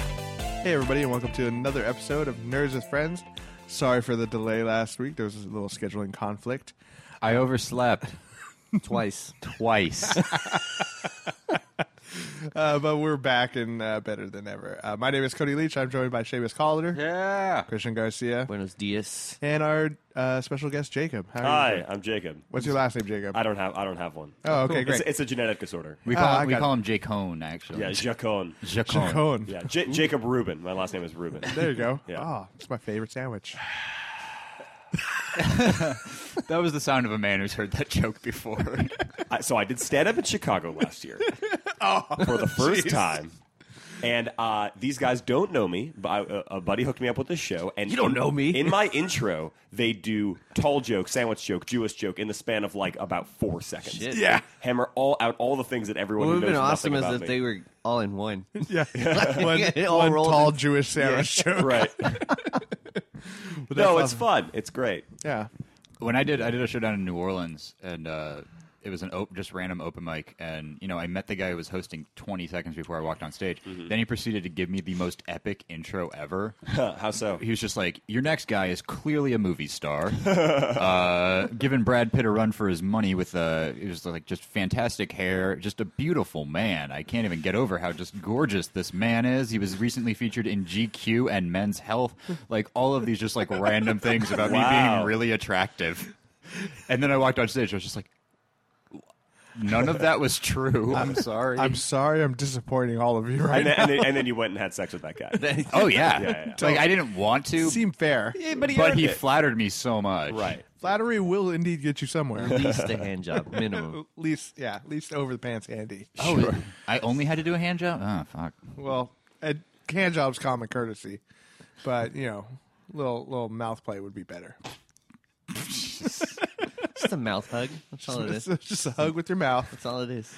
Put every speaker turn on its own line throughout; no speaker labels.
Hey, everybody, and welcome to another episode of Nerds with Friends. Sorry for the delay last week. There was a little scheduling conflict.
I overslept twice. Twice.
Uh, but we're back and uh, better than ever. Uh, my name is Cody Leach. I'm joined by Seamus Collider,
yeah.
Christian Garcia,
Buenos dias.
and our uh, special guest, Jacob. How are you
Hi,
doing?
I'm Jacob.
What's your last name, Jacob?
I don't have I don't have one.
Oh, okay,
It's,
great.
it's a genetic disorder.
We
Ah,
call,
I
we
got
call him Jake Hone, actually.
Yeah, Jacon.
Jacone.
Cohen.
Yeah, J- Jacob Rubin. My last name is Rubin.
There you go.
Yeah.
Oh, it's my favorite sandwich.
That was the sound of a man who's heard that joke before.
I, so I did stand up in Chicago last year
Oh,
for the first time. And uh, these guys don't know me, but I, a- a buddy hooked me up with this show. And
You don't
in-
know me.
In my intro, they do tall joke, sandwich joke, Jewish joke in the span of like about four seconds.
Shit.
Yeah.
hammer all out all the things that everyone
What would have
who knows
been awesome
nothing
is
about
if
me.
they were all in one.
Yeah. one
It all
one
rolled
tall
in-
Jewish sandwich joke.
right.
But
no,
that's
it's fun. It's great.
awesome. Yeah.
when I did, I did a show down in New Orleans, and uh, it was an op- just random open mic, and you know, I met the guy who was hosting 20 seconds before I walked on stage.
Mm-hmm.
Then he proceeded to give me the most epic intro ever.
How so?
he was just like, "Your next guy is clearly a movie star, uh, giving Brad Pitt a run for his money with a it was like just fantastic hair, just a beautiful man. I can't even get over how just gorgeous this man is. He was recently featured in GQ and Men's Health, like all of these just like random things about me
Wow.
being really attractive. And then I walked on stage, I was just like, none of that was true. I'm sorry.
I'm sorry I'm disappointing all of you right
and,
now.
then, and, then, and then you went and had sex with that guy.
oh yeah,
Yeah, yeah,
like I didn't want to,
Seem fair.
but he,
earned it.
flattered me so much.
right.
Flattery will indeed get you somewhere.
At least a hand job, minimum.
At least, yeah, at least over the pants, Andy.
Oh, I only had to do a hand job. Oh, fuck.
Well, a hand job's common courtesy, but you know, little little mouth play would be better.
Just a mouth hug. That's all Oh, it is.
Just, just a hug with your mouth.
That's all it is.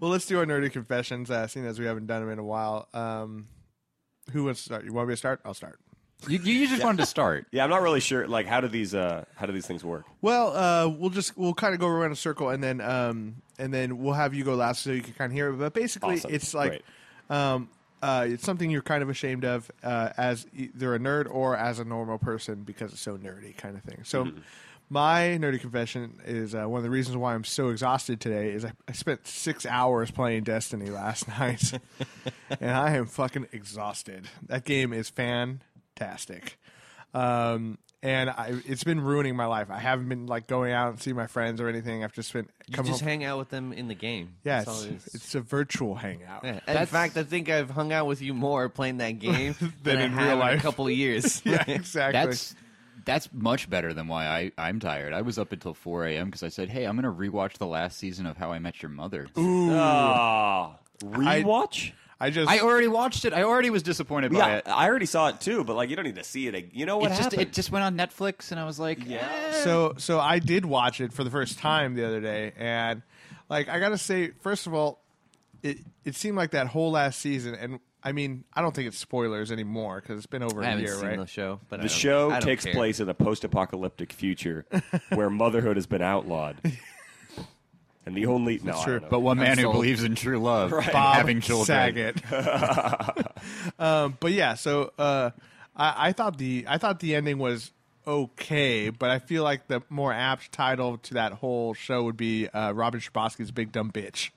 Well, let's do our nerdy confessions, uh, seeing as we haven't done them in a while. Um, who wants to start? You want me to start? I'll start.
You, you just wanted to start.
Yeah, I'm not really sure. Like, how do these uh, how do these things work?
Well, uh, we'll just we'll kind of go around a circle, and then um, and then we'll have you go last so you can kind of hear it. But basically,
Awesome.
it's like um, uh, it's something you're kind of ashamed of uh, as either a nerd or as a normal person because it's so nerdy, kind of thing. So. My nerdy confession is uh, one of the reasons why I'm so exhausted today is I, I spent six hours playing Destiny last night, and I am fucking exhausted. That game is fantastic um, and I, it's been ruining my life. I haven't been like going out and see my friends or anything. I've just been
You
come
just
home.
hang out with them in the game.
yeah,
That's
it's,
all it is.
it's a virtual hangout.
Yeah. In fact, I think I've hung out with you more playing that game than, I
in
have
real
in
life.
a couple of years.
Yeah, exactly.
That's that's much better than why I, I'm tired. I was up until 4 a.m. because I said, hey, I'm going to rewatch the last season of How I Met Your Mother.
Ah, rewatch.
I just
I already watched it. I already was disappointed by
yeah,
it.
I already saw it too, but like, you don't need to see it. ag- You know what
it, just,
happened?
it just went on Netflix, and I was like,
Yeah.
eh.
so so I did watch it for the first time the other day, and like I gotta say, first of all, it it seemed like that whole last season, and I mean, I don't think it's spoilers anymore because it's been over
I
a
haven't
year,
seen
right?
the show, but I
the
don't-
show
I don't
takes
care.
place in a post-apocalyptic future where motherhood has been outlawed, and the only no, I
true.
don't know.
But one man who
sold.
believes in true love,
Bob
having children.
Saget. um, but yeah, so uh, I, I thought the I thought the ending was okay, but I feel like the more apt title to that whole show would be uh, Robin Schabotsky's Big Dumb Bitch.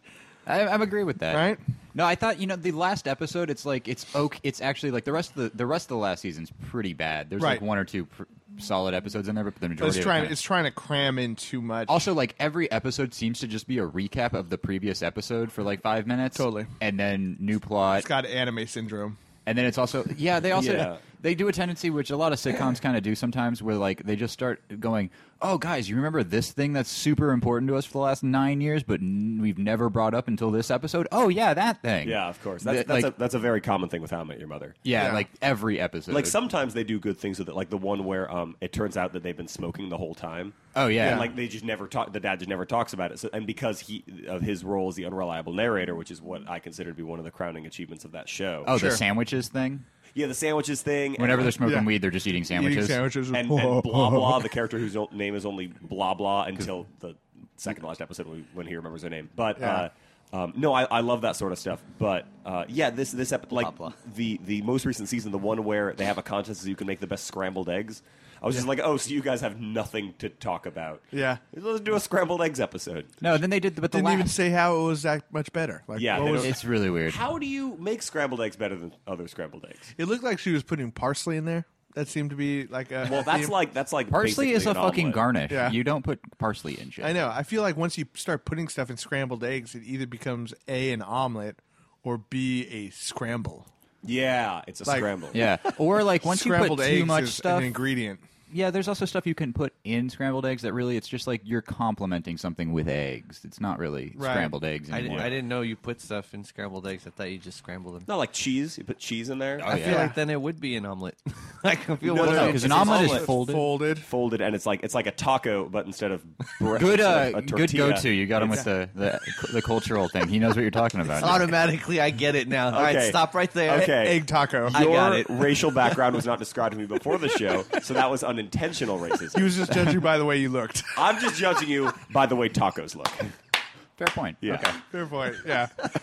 I, I agree with that.
Right?
No, I thought you know the last episode. It's like it's oak. It's actually like the rest of the the rest of the last season's pretty bad. There's
Right.
like one or two pr- solid episodes in there, but the majority.
It's
of it
trying
kinda-
it's trying to cram in too much.
also like every episode seems to just be a recap of the previous episode for like five minutes.
Totally.
And then new plot.
it's got anime syndrome.
And then it's also yeah, they also
Yeah.
they do a tendency which a lot of sitcoms kind of do sometimes where like they just start going, "Oh guys, you remember this thing that's super important to us for the last 9 years but n- we've never brought up until this episode?" Oh yeah, that thing.
yeah, of course. That's
Th-
that's,
like,
a, that's a very common thing with How I Met Your Mother.
yeah,
Yeah.
like every episode.
Like sometimes they do good things with it, like the one where um, it turns out that they've been smoking the whole time.
Oh yeah.
and like they just never talk. The dad just never talks about it. So, and because he of his role as the unreliable narrator, which is what I consider to be one of the crowning achievements of that show.
oh,
Sure.
the sandwiches thing.
yeah, the sandwiches thing. and-
Whenever they're smoking
Yeah.
weed, they're just eating sandwiches.
Eating sandwiches is-
and, and blah blah, the character whose o- name is only blah blah until the second to last episode when, when he remembers her name. But
Yeah.
uh, Um, no, I, I love that sort of stuff, but uh, yeah, this this ep- like
Blah, blah.
the the most recent season, the one where they have a contest so you can make the best scrambled eggs. I was just like, oh, so you guys have nothing to talk about?
Yeah.
let's do a scrambled eggs episode.
No, then they did, but the
Didn't
last.
even say how it was that much better. Like,
Yeah,
what
they
was-
don't-
it,
it's really weird.
How do you make scrambled eggs better than other scrambled eggs?
looked like she was putting parsley in there. That seemed to be like a.
Well,
a
that's
theme.
like that's like
Parsley is
basically
a
an
fucking
omelet.
garnish.
Yeah.
You don't put parsley in shit.
I know. I feel like once you start putting stuff in scrambled eggs, it either becomes a an omelet or b a scramble.
Yeah, it's a
Like-
scramble.
Yeah, or like once you put
scrambled eggs
too much
is
stuff.
an ingredient.
yeah, there's also stuff you can put in scrambled eggs that really it's just like you're complementing something with eggs. It's not really
Right.
scrambled eggs
I, didn't,
anymore.
I didn't know you put stuff in scrambled eggs. I thought you just scrambled them.
Not like cheese. You put cheese in there,
Oh,
I feel
yeah.
like then it would be an omelet. I can feel
No,
what
no,
no,
I'm-
because an
It's an
omelet
omelet.
is folded.
Folded.
folded, and it's like it's like a taco, but instead of bre-
Good,
instead of
uh,
a
good
tortilla,
go-to. You got him with
it's-
the, the the cultural thing. He knows what you're talking about.
Automatically, I get it now. All right,
Okay.
stop right there.
Okay.
Egg taco.
I
Your
got it.
racial background was not described to me before the show, so that was unintentional
he
racism.
was just judging by the way you looked.
I'm just judging you by the way tacos look.
Fair point.
Yeah.
Okay.
Fair point. Yeah.
I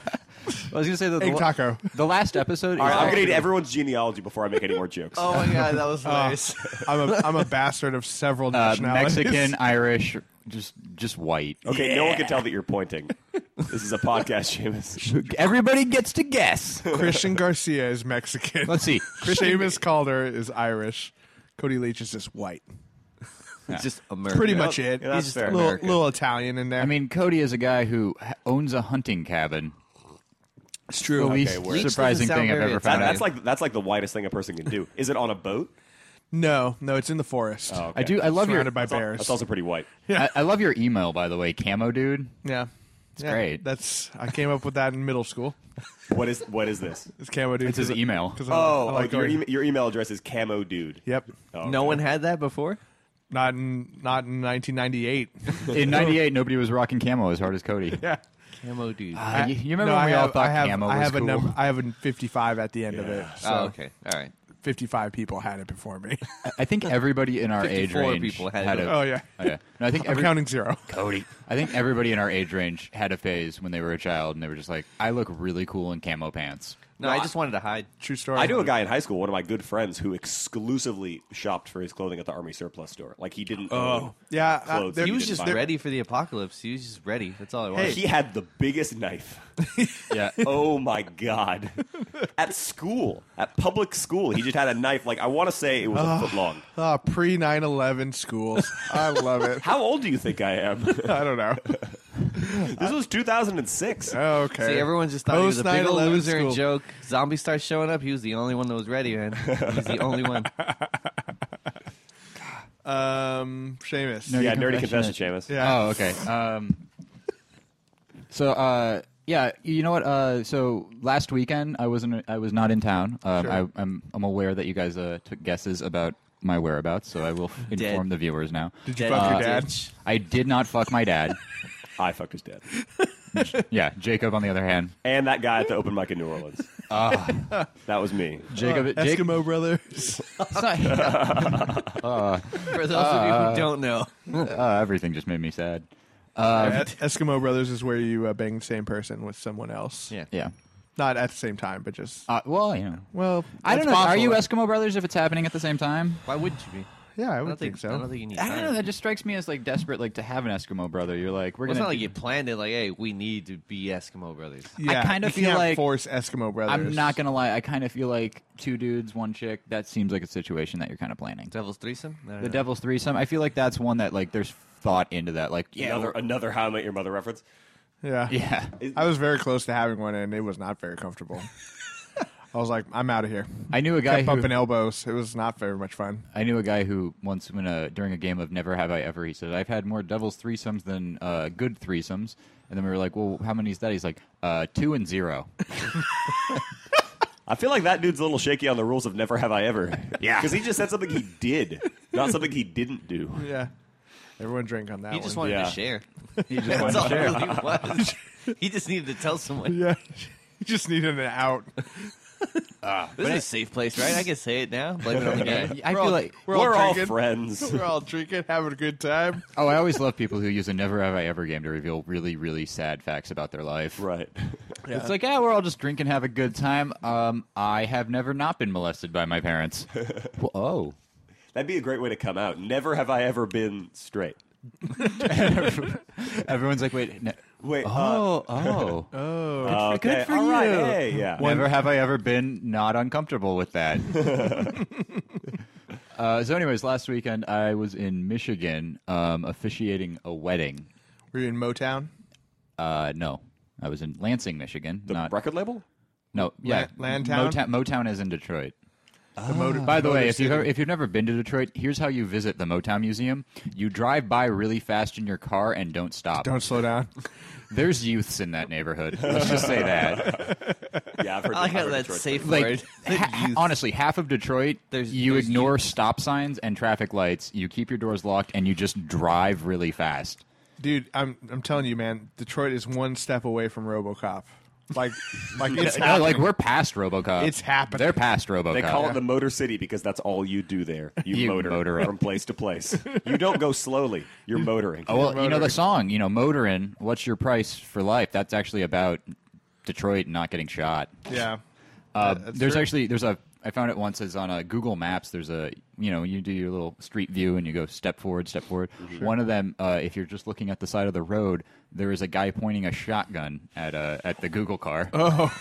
was gonna say that the,
Egg
la-
taco.
the last episode.
All
is
right, I'm gonna need
actually-
everyone's genealogy before I make any more jokes.
Oh my god, that was hilarious.
I'm a I'm a bastard of several
uh,
nationalities.
Mexican, Irish, just just white.
Okay, no one can tell that you're pointing. This is a podcast, Seamus.
Everybody gets to guess.
Christian Garcia is Mexican.
Let's see. Christian-
Seamus Calder is Irish. Cody Leach is just white.
It's just American.
Pretty much it.
yeah, that's
He's just
fair.
a little,
American.
little Italian in there.
I mean, Cody is a guy who ha- owns a hunting cabin.
it's
The
true.
least
we're-
surprising
Leech doesn't
thing I've
sound very
ever
That-
found.
that's
out.
like that's like the whitest thing a person can do. Is it on a boat?
No, no, it's in the forest. Oh,
I do. I love your.
surrounded by
That's al-
bears.
That's also pretty white.
I, I love your email, by the way, Camo Dude.
yeah. It's
great.
That's I came up with that in middle school.
What is what is this?
It's camo dude.
It's his email.
Oh,
I
like
like
your,
going-
ema your email address is camo dude.
Yep.
Oh,
No
okay.
one had that before.
Not in not in 1998.
In '98, nobody was rocking camo as hard as Cody.
yeah.
Camo dude.
Uh, you, you remember
No,
when
I
we
have,
all thought
I have,
camo
I
was
have
cool?
a number. I have a 55 at the end of it.
Yeah.
So
oh, okay. All right.
55 people had it before me.
I think everybody in our age
54
range
people had
had
it.
a.
oh yeah.
Oh, yeah. No, I think
I'm
every,
counting zero.
Cody. I think everybody in our age range had a phase when they were a child, and they were just like, "I look really cool in camo pants."
No, I just wanted to hide.
True story.
I knew a guy in high school, one of my good friends, who exclusively shopped for his clothing at the army surplus store. Like he didn't.
Oh.
own
Oh. Yeah, uh,
clothes
there-
He
You
was
didn't
just
buy.
ready for the apocalypse. He was just ready. That's all I wanted.
He had the biggest knife.
Yeah.
Oh my god! at school, at public school, he just had a knife. Like I want to say it was a foot long.
Ah, pre 9/11 schools. I love it.
How old do you think I am?
I don't know.
this was 2006.
Uh,
Okay.
See, everyone just thought he was a big old
9/11
loser
school.
and joke. Zombie starts showing up. He was the only one that was ready, man. He was the only one.
Um, Seamus.
No,
yeah, nerdy confession,
confession
Seamus.
Yeah.
Oh, okay. Um, so, uh, yeah, you know what? Uh, so last weekend I wasn't. I was not in town. Um,
Sure.
I, I'm. I'm aware that you guys uh, took guesses about my whereabouts, so I will f- inform the viewers now.
Did you fuck your
Dead.
dad?
I did not fuck my dad.
I fucked his dad,
yeah, Jacob. On the other hand,
and that guy at the open mic in New Orleans.
Ah.
that was me.
Jacob. Jacob
Eskimo brothers.
it's not-
For those of you who don't know,
uh, everything just made me sad. Uh,
Yeah, Eskimo brothers is where you uh, bang the same person with someone else.
yeah,
Yeah.
Not at the same time, but just
Uh, well, you know.
well.
I don't
that's
know. Are
possible.
you Eskimo brothers if it's happening at the same time?
Why wouldn't you be?
Yeah, I
I
would
don't think,
so.
I don't think you need.
I don't
time.
know. That just strikes me as like desperate, like to have an Eskimo brother. You're like, we're
Well, it's
gonna.
not like you planned it. Like, hey, we need to be Eskimo brothers.
yeah,
I kind of
you
feel
can't
like-
force Eskimo brothers.
I'm not gonna lie. I kind of feel like two dudes, one chick. That seems like a situation that you're kind of planning.
Devil's threesome. I don't
The
know.
devil's threesome. I feel like that's one that like there's thought into that. Like yeah,
another,
we're-
another How I Met Your Mother reference.
Yeah,
yeah.
I was very close to having one, and it was not very comfortable. I was like, I'm out of here.
I knew a guy
Kept
who,
bumping elbows. It was not very much fun.
I knew a guy who once when uh, during a game of Never Have I Ever, he said, "I've had more devil's threesomes than uh, good threesomes." And then we were like, "Well, how many is that?" He's like, uh, two and zero.
I feel like that dude's a little shaky on the rules of never have I ever.
Yeah.
Because he just said something he did, not something he didn't do.
Yeah, everyone drink on that.
He
one.
just wanted
Yeah.
to share.
He just
That's
wanted
all
to
it
share.
really was. he just needed to tell someone.
Yeah, you just needed an out.
This is a safe place, right? I can say it now. Blame it on the guy.
I
We're
feel
all-
like
We're all
We're all
drinking.
friends.
We're all drinking, having a good time.
oh, I always love people who use a never have I ever game to reveal really really sad facts about their life.
right.
It's like, yeah, we're all just drinking, have a good time. Um, I have never not been molested by my parents. well, oh,
That'd be a great way to come out. Never have I ever been straight.
everyone's like, wait, ne-
Wait. uh,
oh, oh,
okay.
good for
all right,
you.
hey, yeah.
Never have I ever been not uncomfortable with that. uh, so, anyways, last weekend I was in Michigan um, officiating a wedding.
Were you in Motown?
Uh, no, I was in Lansing, Michigan.
the
not
record label?
no, yeah,
Lan- Lantown?
Motown, Motown is in Detroit.
The Motor-
Ah, By the
Motor
way, if you've,
City.
ever, if you've never been to Detroit, here's how you visit the Motown Museum. You drive by really fast in your car and don't stop.
don't slow down.
There's youths in that neighborhood. Let's just say that.
Yeah, I've heard
I like
I've
how
heard
that's
Detroit's
safe
Like,
word.
ha-
Youth.
honestly, half of Detroit,
There's-
you
there's
ignore stop signs and traffic lights. You keep your doors locked and you just drive really fast.
Dude, I'm I'm telling you, man, Detroit is one step away from RoboCop. Like, like it's
No,
happening.
like we're past RoboCop.
It's happening.
They're past RoboCop.
They call it the Motor City because that's all you do there. You,
You
motor,
motor up.
from place to place. You don't go slowly. You're motoring.
Oh, well, you know the
motoring.
song, you know, motoring. What's your price for life? That's actually about Detroit not getting shot.
yeah.
Uh,
that's
there's
true.
actually there's a I found it once is on a Google Maps. There's a you know you do your little street view and you go step forward, step forward. One of them, uh, if you're just looking at the side of the road, there is a guy pointing a shotgun at uh, at the Google car.
Oh.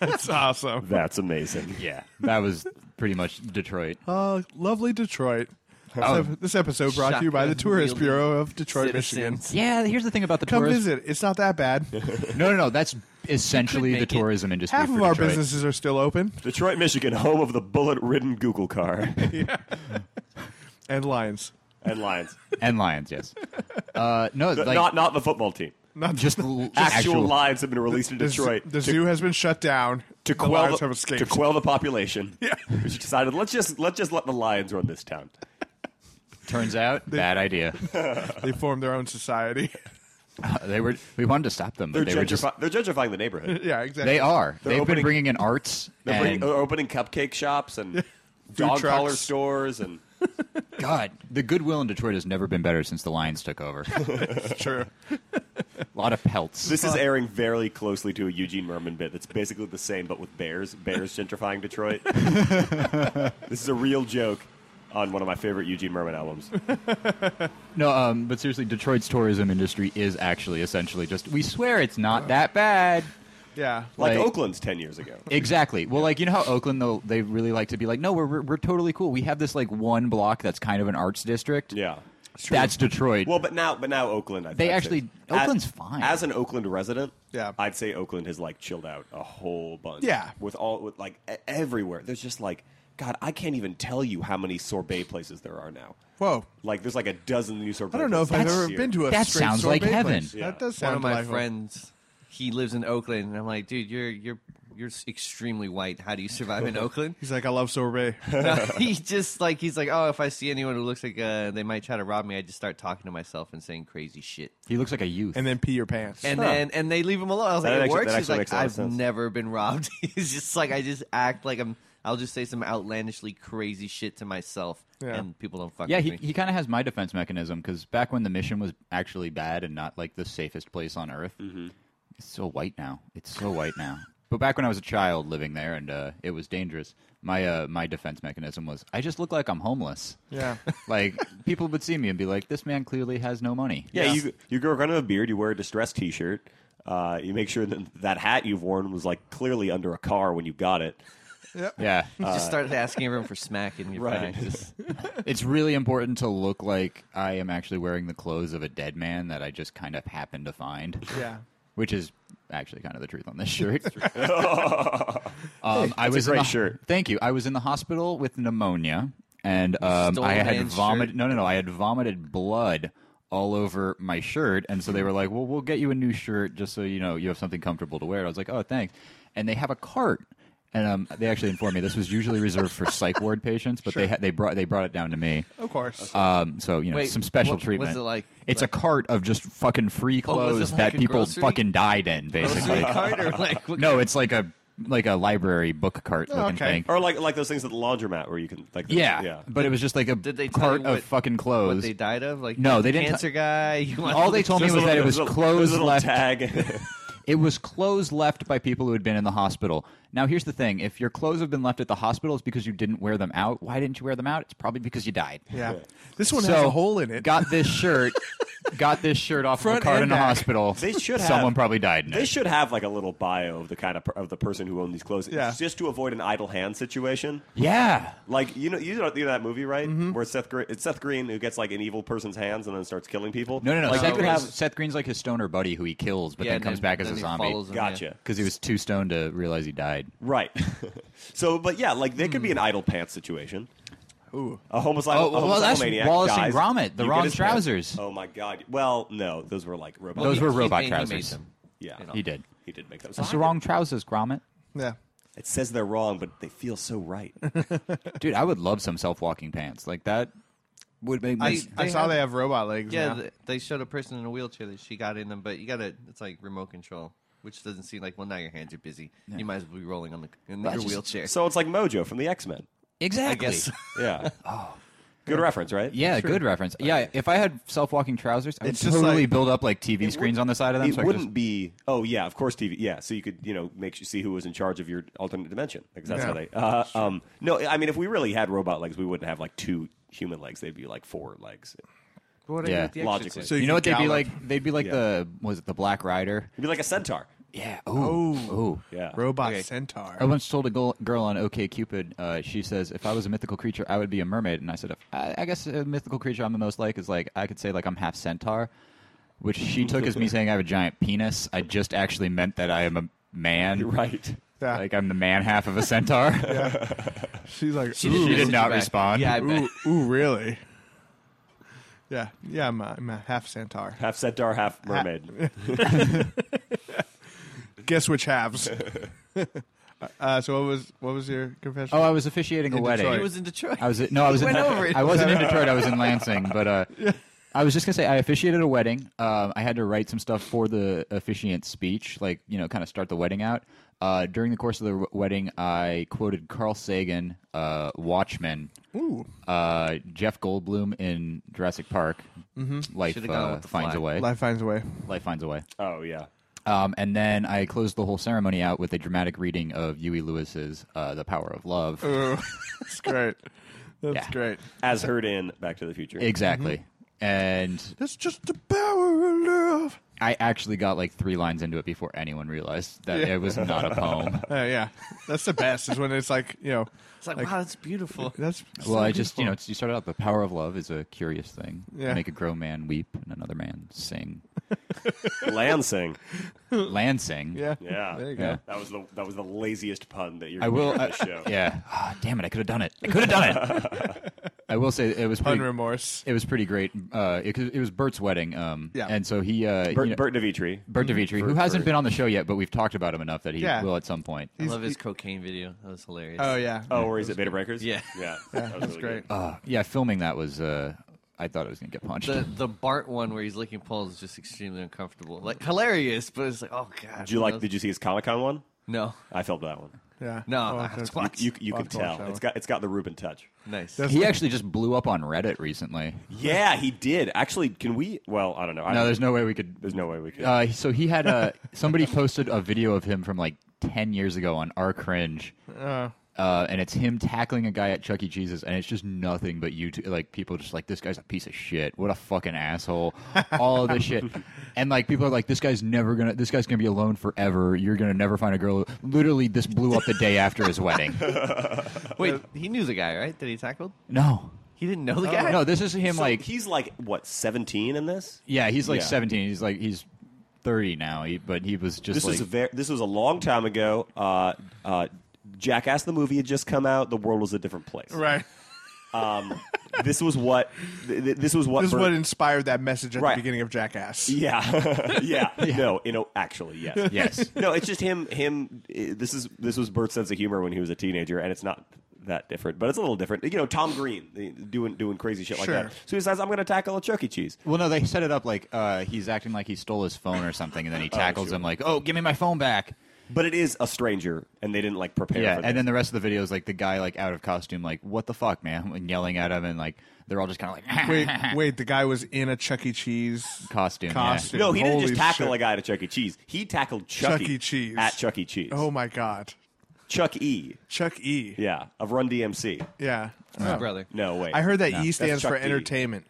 That's awesome.
That's amazing.
Yeah, that was pretty much Detroit.
Uh, lovely Detroit. This ep- this episode brought to you by the
Shotgun
Tourist
wielding
Bureau of Detroit, Michigan.
Citizens.
Yeah, here's the thing about the
Come
tourism.
visit. It's not that bad.
No, no, no. That's essentially
Could
the
make it.
tourism industry.
Half
for
of our
Detroit.
businesses are still open
Detroit, Michigan, home of the bullet-ridden Google car
and Lions.
and Lions.
and Lions, yes. Uh, no,
But
like
not not the football team.
Not
just actual,
Actual, lions have been released in
the zoo-
Detroit
The
to,
zoo has been shut down.
to
the
quell
lions have
the,
escaped.
to quell the population. Yeah, we just decided let's just let's just let the lions run this town.
Turns out, bad idea.
they formed their own society.
They were. We wanted to stop them,
They're,
but they were
gentrifi-
just.
they're gentrifying the neighborhood.
yeah, exactly.
They are.
They're
They've
opening-
been bringing in arts.
They're,
and-
bringing, they're opening cupcake shops and dog
trucks.
collar stores and
God, the goodwill in Detroit has never been better since the Lions took over. a
True.
lot of pelts.
This is airing very closely to a Eugene Merman bit that's basically the same but with bears. Bears gentrifying Detroit. this is a real joke on one of my favorite Eugene Merman albums.
no, um, but seriously, Detroit's tourism industry is actually essentially just. We swear it's not that bad.
Yeah.
Like,
Like-
Oakland's 10 years ago.
Exactly. Well, like you know how Oakland though they really like to be like, no, we're we're, we're totally cool. We have this like one block that's kind of an arts district.
Yeah.
that's Detroit.
Well, but now but now Oakland I
They actually- Oakland's fine.
As an Oakland resident,
Yeah.
I'd say Oakland has like chilled out a whole bunch.
Yeah.
With all with like e- everywhere. There's just like God, I can't even tell you how many sorbet places there are now.
Whoa.
Like there's like a dozen new sorbet
I don't know if I've
places
ever
here.
been to a
That
straight
sounds like
sorbet
heaven.
place.
Yeah.
That does
one
sound
of my
delightful.
friends he lives in oakland and i'm like dude you're you're you're s- extremely white how do you survive in oakland
He's like, I love sorbet.
No, he just like he's like oh if i see anyone who looks like uh, they might try to rob me i just start talking to myself and saying crazy shit
he looks like a youth.
and then pee your pants.
and
Huh.
then and they leave him alone i was
That
like
actually-
it works
that
he's
actually
like
makes a lot of
i've
sense.
never been robbed he's just like i just act like i'm i'll just say some outlandishly crazy shit to myself
Yeah.
and people don't fuck
Yeah,
with
he,
me
he kind of has my defense mechanism because back when the mission was actually bad and not like the safest place on earth, it's so white now. It's so white now. But back when I was a child living there and uh, it was dangerous, my uh, my defense mechanism was I just look like I'm homeless.
yeah.
like people would see me and be like, "This man clearly has no money."
Yeah, you you grow kind of a beard. You wear a distressed T-shirt. Uh, you make sure that that hat you've worn was like clearly under a car when you got it.
yeah. Uh,
just start asking everyone for smack and you're
Uh, Right.
fine. Just-
it's really important to look like I am actually wearing the clothes of a dead man that I just kind of happened to find.
Yeah.
which is actually kind of the truth on this shirt. um, I
a
was in
great
the-
shirt.
Thank you. I was in the hospital with pneumonia, and um,
Stole
I
a
had
man's
vomited.
shirt.
No, no, no. I had vomited blood all over my shirt, and so they were like, "Well, we'll get you a new shirt just so you know you have something comfortable to wear." I was like, "Oh, thanks." And they have a cart. And um, they actually informed me this was usually reserved for psych ward patients, but they ha- they brought they brought it down to me.
Of course.
Um, so you know,
Wait,
some special
what-
treatment.
what's it like?
It's a cart of just fucking free
Oh, was it
clothes
like
that
a
people
grocery-
fucking died in, basically.
Grocery cart or like what
no, it's like a like a library book cart
Oh,
looking
okay.
thing.
or like like those things at the laundromat where you can like those-
Yeah,
yeah.
but it was just like a
Did they tell
cart
you what-
of fucking
What
clothes.
they died of? Like
No,
you
they didn't
Cancer guy. You want
All
to-
they told me
There's
was
a
that it
little-
was
there's a-
clothes
there's a little
left.
Tag.
It was clothes left by people who had been in the hospital. Now, here's the thing: if your clothes have been left at the hospital, it's because you didn't wear them out. Why didn't you wear them out? It's probably because you died.
Yeah. This one
so
has a hole in it.
Got this shirt. got this shirt off
Front
of a cart
and
in the
back.
hospital.
They should have-
Someone probably died. In
They
it.
should have like a little bio of the kind of per- of the person who owned these clothes,
Yeah.
just to avoid an idle hand situation.
yeah.
Like you know, you know, you know that movie, right?
Mm-hmm.
Where Seth Green, it's Seth Green who gets like an evil person's hands and then starts killing people.
No, no, no.
Like,
Seth,
you could
Green's,
have-
Seth Green's like his stoner buddy who he kills, but
Yeah,
then
and
comes back as a
then he
zombie
follows 'em, yeah.
gotcha.
because he was too stoned to realize he died.
Right. so, but yeah, like there could be an idle pants situation. Ooh. A homicidal,
Hmm. Oh,
a
well,
homicidal
that's
maniac
Wallace and
dies.
Gromit, the
You get
wrong
his pants-
trousers.
Oh my god. Well, no, those were like robots.
Those were
He
robot
made- he made
trousers.
them.
yeah.
He did.
He did make those.
That's the wrong trousers, Gromit.
yeah.
It says they're wrong, but they feel so right.
Dude, I would love some self-walking pants like that. Would make me.
I
They
saw
have-
they have robot legs.
Yeah,
now.
th- they showed a person in a wheelchair that she got in them, but you got to It's like remote control, which doesn't seem like. Well, now your hands are busy. You might as well be rolling on the in your
just-
wheelchair.
so it's like Mojo from the X Men.
exactly.
Yeah. oh. Good reference, right?
Yeah, good reference. Yeah, if I had self-walking trousers, I would
It's just
totally
like-
build up like TV screens on the side of them.
It
so I could
wouldn't be. Oh yeah, of course TV. Yeah, so you could you know make you see who was in charge of your alternate dimension because that's
Yeah.
how they. Uh, um, no, I mean if we really had robot legs, we wouldn't have like two human legs. They'd be like four legs.
But what do you
Yeah.
got the
Logically.
extras in?
So
just, you know what
can
they'd be
gallop.
like? They'd be like
Yeah.
the was it the Black Rider?
It'd be like a centaur.
Yeah. Oh. Oh.
Yeah.
Robot
Okay.
centaur.
I once told a girl, girl on OK Cupid. Uh, she says, "If I was a mythical creature, I would be a mermaid." And I said, "I, I guess a mythical creature I'm the most like is like I could say like I'm half centaur," which she took as me saying I have a giant penis. I just actually meant that I am a man,
right.
Yeah.
Like I'm the man half of a centaur.
She's like,
She,
ooh,
she did
Message
not
back.
respond.
Yeah, I bet.
ooh, ooh, really? Yeah, yeah. I'm a, I'm a half centaur.
Half centaur, half mermaid.
Guess which halves? uh, so what was what was your confession?
Oh, I was officiating a
In
wedding.
Detroit.
He was in Detroit.
I was in- no, I was in,
went over it.
I wasn't in Detroit. I was in Lansing, but uh, I was just gonna say I officiated a wedding. Um, I had to write some stuff for the officiant's speech, like you know, kind of start the wedding out. Uh, during the course of the w- wedding, I quoted Carl Sagan, uh, Watchmen,
Ooh,
uh, Jeff Goldblum in Jurassic Park. Mm-hmm. Life
Should've gone
uh,
with the
finds
fly.
a way.
life finds a way.
Life finds a way.
oh yeah.
Um, and then I closed the whole ceremony out with a dramatic reading of Huey Lewis's uh, "The Power of Love."
Ooh, that's great. That's
Yeah.
great.
As heard in Back to the Future.
Exactly. And
That's just the power of love.
I actually got like three lines into it before anyone realized that
Yeah.
it was not a poem.
Uh, yeah, that's the best. Is when it's like you know,
it's like,
like-
wow, that's beautiful.
that's so
well, I just you know
beautiful.
it's, you started out the power of love is a curious thing.
Yeah.
Make a grown man weep and another man sing.
Lansing.
Lansing.
yeah,
Yeah.
There you go.
Yeah.
That was the that was the laziest pun that you're.
I
gonna
will.
hear on
I,
the show.
yeah. Ah, damn it! I could have done it. I could have done it. I will say it was
Pun
pretty.
remorse.
It was pretty great. Uh, it, it was Bert's wedding. Um,
Yeah.
And so he. Uh,
Bert,
you know-
Bert DeVitri.
Bert DeVitri, who hasn't been on the show yet, but we've talked about him enough that he
Yeah.
will at some point.
I love his cocaine video. That was hilarious.
Oh yeah.
Oh, where he's at Beta Breakers.
Yeah.
Yeah. That was really
great.
good.
Uh, yeah, filming that was. Uh, I thought I was gonna get punched.
The the Bart one where he's licking poles is just extremely uncomfortable. Like hilarious, but it's like, oh god.
Did you like? Did you see his Comic Con one?
No,
I felt that one.
Yeah.
No,
Oh,
I
that's-
have to watch.
You, you
I'll
can
have to watch
tell
that
it's
one.
got it's got the Ruben touch.
nice.
That's-
He actually just blew up on Reddit recently.
Yeah, he did. Actually, can we? Well, I don't know. I
No,
don't-
there's no way we could.
there's no way we could.
Uh, so he had a somebody posted a video of him from like ten years ago on R cringe,
Uh,
uh, and it's him tackling a guy at Chuck E. Cheese's, and it's just nothing but you two, like people just like this guy's a piece of shit. What a fucking asshole! All of this shit, and like people are like, this guy's never gonna, this guy's gonna be alone forever. You're gonna never find a girl. Literally, this blew up the day after his wedding.
Wait, he knew the guy, right? That he tackled.
No,
He didn't know the guy.
Oh, no, this is him
So
like
he's like what 17 in this.
Yeah, he's like
Yeah.
17. He's like he's 30 now, he, but he was just
This
like
was a ver- this was a long time ago. Uh, uh, Jackass the movie had just come out. The world was a different place.
right.
Um, this was what th- th- this was what
This is
Bert-
what inspired that message at
Right.
the beginning of Jackass.
yeah. yeah no you know actually yes
yes.
no it's just him him eh, this is this was Bert's sense of humor when he was a teenager and it's not that different but it's a little different you know Tom Green eh, doing doing crazy shit
Sure.
like that so he decides I'm going to tackle a Chuck E. Cheese
Well, no, they set it up like uh, he's acting like he stole his phone or something, and then he tackles
sure.
him like, "Oh, give me my phone back."
But it is a stranger, and they didn't like prepare.
Yeah,
for
and
this.
then the rest of the video is like the guy like out of costume, like what the fuck, man, and yelling at him, and like they're all just kind of like
Wait, wait. The guy was in a Chuck E. Cheese
Costume, yeah.
Costume.
no, he didn't
Holy
just tackle
shit.
a guy at a Chuck E. Cheese. He tackled
Chuck
Chucky
E. Cheese.
at Chuck E. Cheese.
Oh my god,
Chuck E.
Chuck E.
Yeah, of Run DMC.
Yeah.
my
Oh.
brother.
No wait,
I heard that E
That's
stands
Chuck
for
D.
entertainment.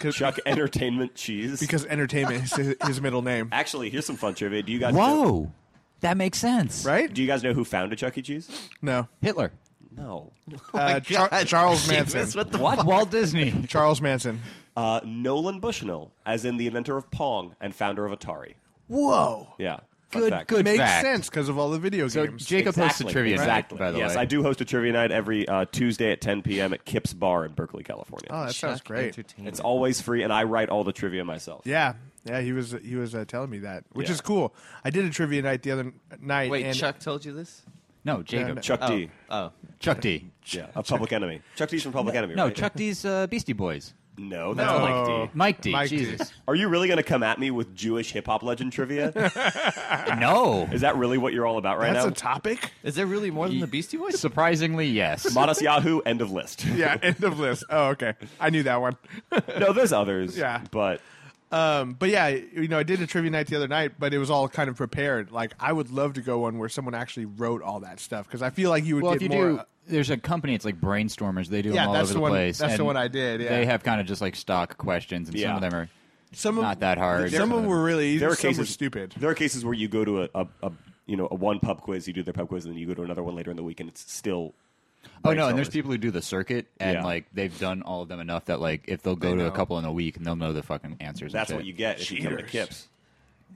'Cause-
Chuck Entertainment Cheese.
because entertainment is his, his middle name,
actually, here's some fun trivia. Do you guys Know,
Whoa, that makes sense,
right?
do you guys know who founded Chuck E. Cheese?
No.
Hitler,
No.
Uh, Char-
Oh God.
Charles
Jesus,
Manson.
what the
what? Walt Disney.
Charles Manson.
Uh, Nolan Bushnell, as in the inventor of Pong and founder of Atari.
Whoa.
Yeah. Fun
Good,
fact.
good
Makes
fact.
sense because of all the video
So
games.
Jacob hosts a
Exactly,
trivia
exactly.
night, by the
yes,
way.
I do host a trivia night every uh, Tuesday at 10 p.m. at Kip's Bar in Berkeley, California.
oh, that sounds great.
it's always free, and I write all the trivia myself.
Yeah, yeah. He was he was uh, telling me that, which
Yeah.
is cool. I did a trivia night the other n- night.
Wait,
and
Chuck told you this?
No, Jacob.
no.
Chuck,
Chuck D.
Oh,
Chuck D.
Yeah, of Public Enemy. Chuck D's from Public Enemy.
No,
right?
Chuck D's uh, Beastie Boys.
No, that's
No.
Mike
Mike D.
D.
Oh, Mike D.
Jesus.
Are you really going to come at me with Jewish hip hop legend trivia?
no.
Is that really what you're all about right
That's
now?
a topic.
is there really more than the Beastie Boys?
Surprisingly, yes.
Modest Yahoo, end of list.
Yeah, end of list. Oh, okay. I knew that one.
no, there's others.
Yeah.
But
Um, but yeah, you know, I did a trivia night the other night, but it was all kind of prepared. Like, I would love to go one where someone actually wrote all that stuff because I feel like you would
Well, if
get
you
more. uh,
do, there's a company. It's like brainstormers. They do
Yeah,
them all
that's
over
the
the
one-
place.
that's the
and
one I did, yeah.
They have kind of just like stock questions, and
Yeah.
some of them are.
some of,
not that hard.
Some of them were really easy.
there are
some
cases
were stupid.
There are cases where you go to a, a, a you know a one pub quiz, you do their pub quiz, and then you go to another one later in the week, and it's still.
Oh no, and there's
brainstormers.
people who do the circuit, and
Yeah.
like they've done all of them enough that like if they'll go to a couple in a week, and they'll know the fucking answers.
That's
and
what you
shit.
get if you come to
Cheaters.
Kips.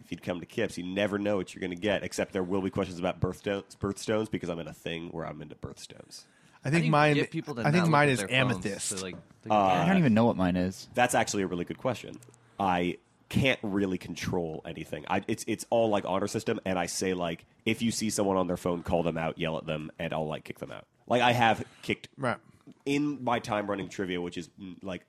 If you'd come to Kips, you never know what you're going to get. Except there will be questions about birthstones, birthstones because I'm in a thing where I'm into birthstones.
I
How do
think
you
mine.
get people to
I think
not
mine
look
is
at their phones
amethyst.
to, like,
I don't even know what mine is.
That's actually a really good question. I can't really control anything. I, it's it's all like honor system, and I say like if you see someone on their phone, call them out, yell at them, and I'll like kick them out. Like I have kicked
Right.
in my time running trivia, which is mm, like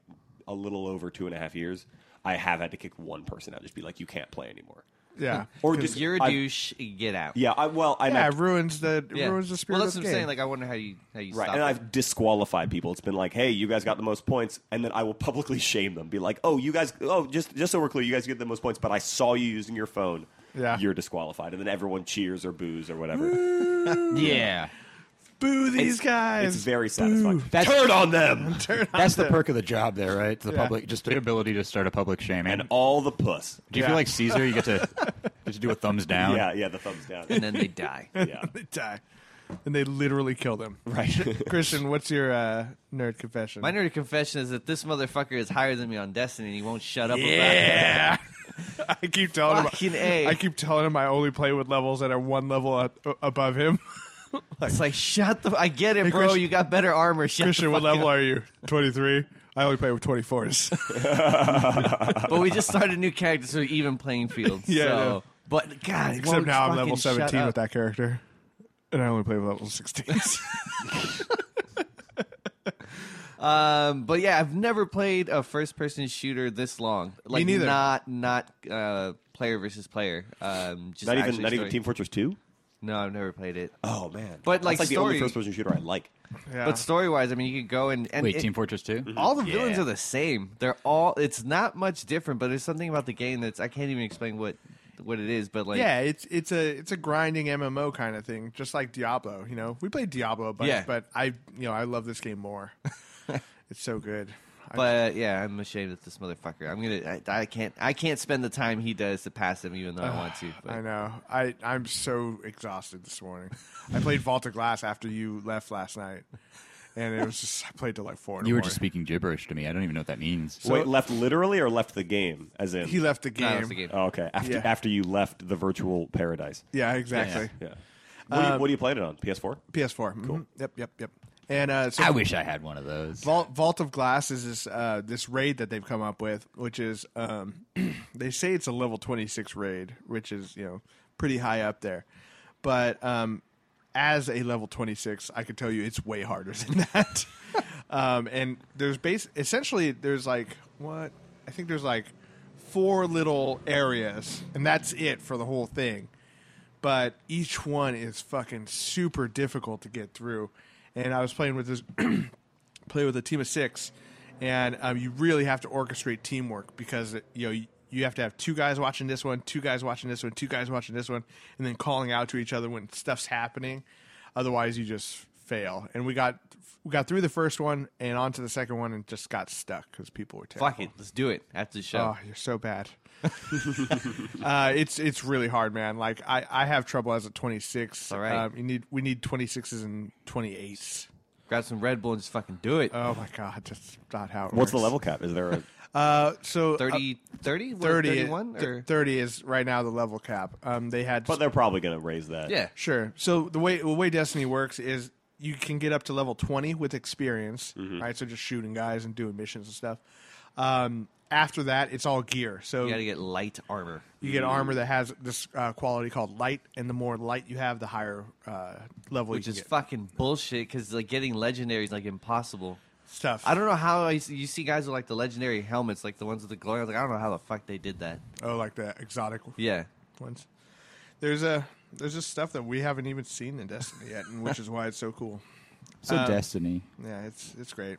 a little over two and a half years. I have had to kick one person out, just be like, you can't play anymore,
Yeah.
or
'Cause-
just
you're a
I-
douche. Get out.
Yeah, I, well, I
yeah,
meant-
it ruins the it
Yeah.
ruins the spirit
Well, that's
of
what
the
I'm
game.
saying. Like, I wonder how you how you
Right,
stop.
and
it.
I've disqualified people. It's been like, hey, you guys got the most points, and then I will publicly shame them. Be like, oh, you guys, oh, just just so we're clear, you guys get the most points, but I saw you using your phone.
Yeah.
you're disqualified, and then everyone cheers or boos or whatever.
Yeah,
Boo these
It's-
guys.
it's very satisfying.
That's-
Turn on them
that's the perk of the job, there, right? The public, just the ability to start a public shame.
and
And
all the puss.
do you
Yeah.
feel like Caesar? You get to get to do a thumbs down.
Yeah, yeah, the thumbs down.
and then they die.
yeah,
they die. And they literally kill them.
right.
Christian, what's your uh, nerd confession?
My nerdy confession is that this motherfucker is higher than me on Destiny, and he won't shut up
yeah. I keep telling him.
about it. Fucking A.
I keep telling him I only play with levels that are one level up, above him.
it's like, shut the. I get it,
Hey,
bro.
Christian-
you got better armor. Shut
Christian,
the
what
fuck
level
up.
are you? Twenty three. I only play with twenty fours.
But we just started new characters, so even playing fields.
Yeah,
So. But God, it
Except
won't
now I'm
fucking
level
shut
seventeen
up.
with that character, and I only play with level sixteen.
Um, but yeah, I've never played a first-person shooter this long. Like,
neither.
Not not uh, player versus player. Um, just
not even
actually
not even
story.
Team Fortress Two.
No, I've never played it.
Oh man,
But,
That's
like,
like the only
story-
first-person shooter I like.
yeah.
But story-wise, I mean, you could go and, and
Wait,
it-
Team Fortress Two.
all the villains
Yeah.
are the same. They're all. It's not much different, but there's something about the game that's I can't even explain what what it is. But like,
yeah, it's it's a it's a grinding MMO kind of thing, just like Diablo. You know, we played Diablo, but
Yeah.
but I you know I love this game more. it's so good. I-
But yeah, I'm ashamed of this motherfucker. I'm gonna. I, I can't. I can't spend the time he does to pass him, even though I want to. But.
I know. I I'm so exhausted this morning. I played Vault of Glass after you left last night, and it was just I played till like four. In the
You were
morning.
just speaking gibberish to me. I don't even know what that means.
Wait, left literally or left the game? As in,
he left the game.
No, it's the game.
Oh, okay, after
Yeah.
after you left the virtual paradise.
Yeah, Um, exactly.
Yeah. What, do you, what do you playing it on? PS4?
PS4. Cool. Mm-hmm. Yep, yep, yep. And uh, so
I wish I had one of those.
Vault, Vault of Glass is this uh, this raid that they've come up with, which is um, they say it's a level twenty six raid, which is you know pretty high up there, but um, as a level twenty six, I can tell you it's way harder than that. um, and there's base essentially there's like what I think there's like four little areas, and that's it for the whole thing but each one is fucking super difficult to get through. And I was playing with this play with a team of six, and um, you really have to orchestrate teamwork because you know you, you have to have two guys watching this one, two guys watching this one, two guys watching this one, and then calling out to each other when stuff's happening. Otherwise, you just fail. And we got we got through the first one and onto the second one, and just got stuck because people were terrible.
Fuck it, let's do it after the show.
Oh, you're so bad. uh, it's it's really hard, man. Like I, I have trouble as a 26.
All right.
Um, you need we need 26s and 28s.
Grab some Red Bull and just fucking do it.
Oh my god, that's not how. It
What's the
works.
level cap? Is there a
Uh, so uh,
30, 30,
30
31?
th-
Or?
30 is right now the level cap. Um, they had
But they're probably going to raise that.
yeah.
Sure. So the way the way Destiny works is you can get up to level twenty with experience,
Mm-hmm.
right? So just shooting guys and doing missions and stuff. Um, after that, it's all gear. So
You gotta get light armor.
you get armor that has this uh, quality called light, and the more light you have, the higher uh, level
Which
you
is
can get.
fucking bullshit because like getting legendary is like impossible.
stuff.
I don't know how I, see- you see guys with like the legendary helmets, like the ones with the glory. I was like, I don't know how the fuck they did that.
oh, like the exotic
Yeah,
ones. There's a there's just stuff that we haven't even seen in Destiny yet, and which is why it's so cool.
So Destiny.
Yeah, it's it's great.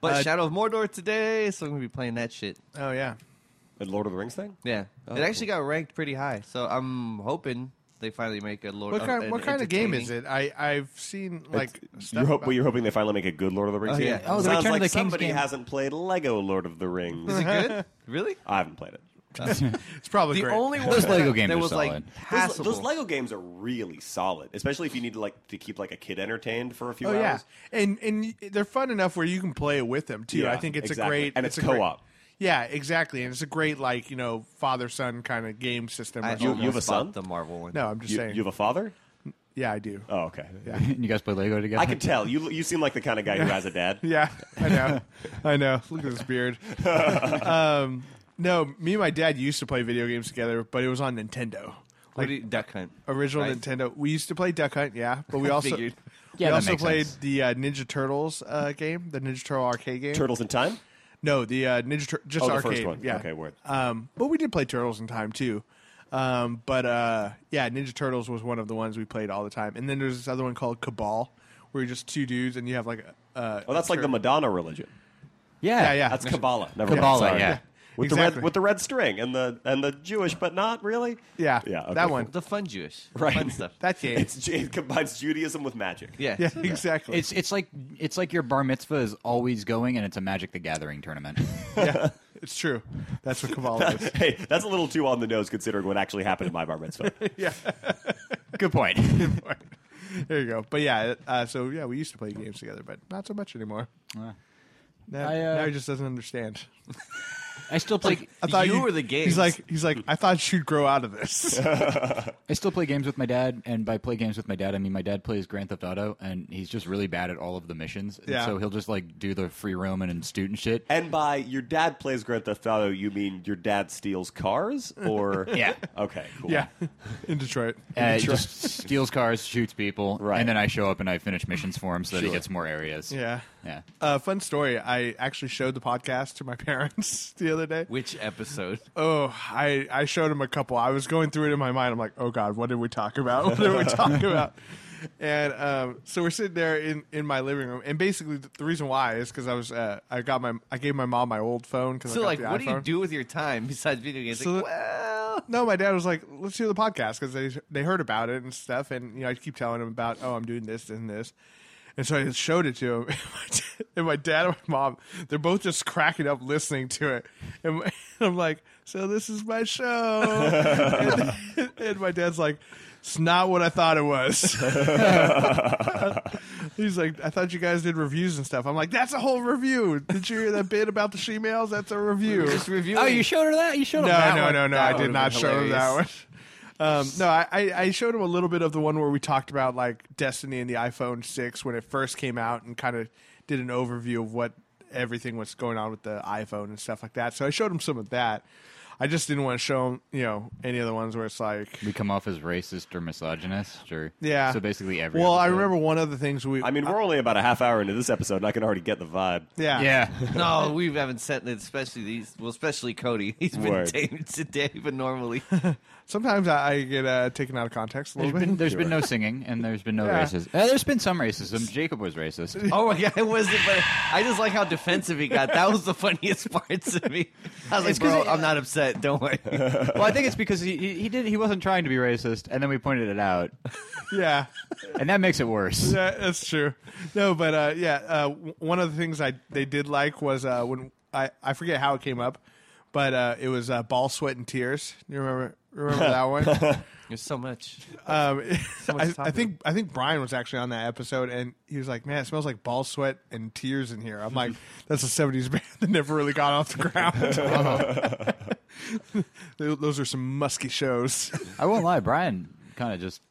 but
Uh,
Shadow of Mordor today, so I'm gonna be playing that shit.
Oh yeah.
The Lord of the Rings thing?
Yeah, it actually got ranked pretty high, so I'm hoping they finally make a Lord.
What
of-
kind
an
what kind of game is
entertaining-
it? I I've seen like
It's-
stuff
you hope,
about-
well, you're hoping they finally make a good Lord of the Rings
Oh,
game.
yeah.
Oh, the
Sounds
Return of
like
the King's
somebody
game.
hasn't played Lego Lord of the Rings.
Is it good? really?
I haven't played it.
it's probably
The
great.
only one
Those
that-
Lego games
that
are
was like
solid.
Those,
passable.
those Lego games are really solid, especially if you need to like to keep like a kid entertained for a few
Oh
hours.
yeah, and and they're fun enough where you can play it with them too.
Yeah,
I think it's
exactly.
a great
And it's
a great-
co-op.
yeah, exactly, and it's a great like you know father son kind of game system.
I
or something.
you have a
almost
son?
bought the Marvel one.
no, I'm just
You,
saying.
you have a father?
yeah, I do.
Oh, okay.
you guys play Lego together?
I can tell you. You seem like the kind of guy who has a dad.
Yeah, I know. I know. Look at this beard. um, no, me and my dad used to play video games together, but it was on Nintendo.
What do you- Duck Hunt.
Original
Right.
Nintendo. We used to play Duck Hunt, yeah, but we also
Figured.
we
Yeah, that
also
makes
played
sense.
the uh, Ninja Turtles uh, game, the Ninja Turtle arcade game.
Turtles in Time.
No, the uh, Ninja Tur- just
Oh, the
arcade.
first one.
Yeah.
Okay, word.
Um, but we did play Turtles in time too. Um, but uh, yeah, Ninja Turtles was one of the ones we played all the time. And then there's this other one called Cabal, where you're just two dudes and you have like a. Uh,
Oh, that's like the Madonna religion.
Yeah,
yeah.
That's Kabbalah. Never mind,
Kabbalah,
sorry.
yeah.
With the
Exactly.
red with the red string and the and the Jewish, but not really.
yeah,
Yeah, okay.
that one,
The fun Jewish, the
Right.
Fun stuff.
that game.
It's, Ju- it combines Judaism with magic.
yeah,
yeah, exactly.
It's it's like it's like your bar mitzvah is always going, and it's a Magic the Gathering tournament.
yeah, it's true. That's what Cabal is.
Hey, that's a little too on the nose considering what actually happened in my bar mitzvah.
Good point.
There you go. But yeah, uh, so yeah, we used to play games together, but not so much anymore. Now,
I, uh,
now he just doesn't understand.
I still play.
I thought
you
you
were the games.
He's like, he's like, I thought you'd grow out of this.
I still play games with my dad, and by play games with my dad, I mean my dad plays Grand Theft Auto, and he's just really bad at all of the missions. and
Yeah.
So he'll just like do the free roam and student shit.
and by your dad plays Grand Theft Auto, you mean your dad steals cars, or
Yeah.
okay, cool.
yeah, in Detroit.
Uh, just steals cars, shoots people,
Right.
and then I show up and I finish missions for him so that he
Sure.
gets more areas.
Yeah.
yeah.
Uh, fun story. I actually showed the podcast to my parents the other day.
Which episode?
Oh, I, I showed them a couple. I was going through it in my mind. I'm like, oh God, what did we talk about? What did we talk about? And um, so we're sitting there in, in my living room, and basically the, the reason why is because I was uh, I got my I gave my mom my old phone because
So,
I
like,
got
what
the
do you
iPhone.
do with your time besides video games?
So
like,
the-
well,
No, my dad was like, "Let's do the podcast" because they they heard about it and stuff, and you know I keep telling him about, "Oh, I'm doing this this, and this," and so I just showed it to him, and my dad and my mom, they're both just cracking up listening to it, and my- I'm like, "So this is my show," and, and my dad's like, "It's not what I thought it was." He's like, "I thought you guys did reviews and stuff." I'm like, "That's a whole review. Did you hear that bit about the shemales? That's a review."
just reviewing.
Oh, you showed her that? You showed her
no,
that
no,
one?
no, no.
That
I
would've
did not
been
show him that one.
hilarious.
Um, no, I, I I showed him a little bit of the one where we talked about like Destiny and the iPhone six when it first came out, and kind of did an overview of what everything was going on with the iPhone and stuff like that. So I showed him some of that. I just didn't want to show him, you know, any of the ones where it's like,
We come off as racist or misogynist or
yeah.
So basically every.
Well, I
episode.
remember one of the things we.
I mean, we're only about a half hour into this episode, and I can already get the vibe.
yeah,
Yeah.
No, we haven't sent it, especially these. Well, especially Cody. He's been
Word.
tamed today, but normally
Sometimes I, I get uh, taken out of context a
There's
little
been,
bit.
there's been no singing and there's been no
Yeah.
racism. Uh, there's been some racism. Jacob was racist.
Oh my god, it wasn't. But I just like how defensive he got. That was the funniest part to me. I was
It's
like, bro,
'cause it-
I'm not upset. Don't worry.
Well, I think it's because he, he, he did he wasn't trying to be racist, and then we pointed it out,
yeah.
and that makes it worse.
Yeah, that's true. No, but uh, yeah, uh, w- one of the things I they did like was uh, when I, I forget how it came up, but uh, it was uh, ball, sweat, and tears. You remember remember that one?
There's so much.
Um, I,
to
I
talk
think I think Brian was actually on that episode, and he was like, "Man, it smells like ball, sweat, and tears in here." I'm like, "That's a '70s band that never really got off the ground." Th- Those are some musky shows.
I won't lie, Brian kind of just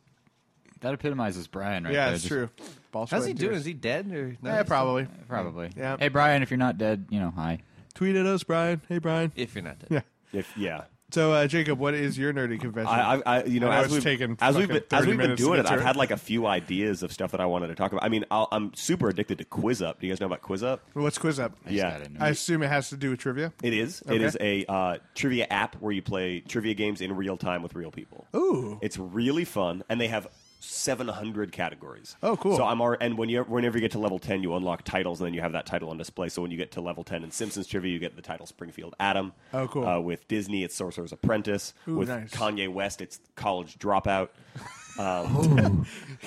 that epitomizes Brian right
yeah,
there.
it's
Just-
true. Ball, sweat,
How's he
and
doing?
tears.
Is he dead or? No,
Yeah, probably.
Probably.
Yeah.
Hey Brian, if you're not dead, you know, hi.
Tweet at us, Brian. Hey, Brian.
If you're not dead.
Yeah.
If, yeah.
So, uh, Jacob, what is your nerdy confession?
I, I, I you know,
I know
as
it's
we've,
taken
as we've
fucking
been as
30
we've been
minutes to
doing
get
it, I've
to it.
had like a few ideas of stuff that I wanted to talk about. I mean, I'll, I'm super addicted to Quiz Up. Do you guys know about Quiz Up?
What's quiz up?
Just
Yeah.
got into
I
it.
assume it has to do with trivia.
It is. It
Okay.
is a uh, trivia app where you play trivia games in real time with real people.
Ooh.
It's really fun, and they have 700 categories.
Oh, cool.
So I'm already, and when you whenever you get to level 10, you unlock titles, and then you have that title on display. So when you get to level 10 in Simpsons trivia, you get the title Springfield Adam.
Oh, cool.
Uh, with Disney, it's Sorcerer's Apprentice.
Ooh,
with
nice.
Kanye West, it's College Dropout.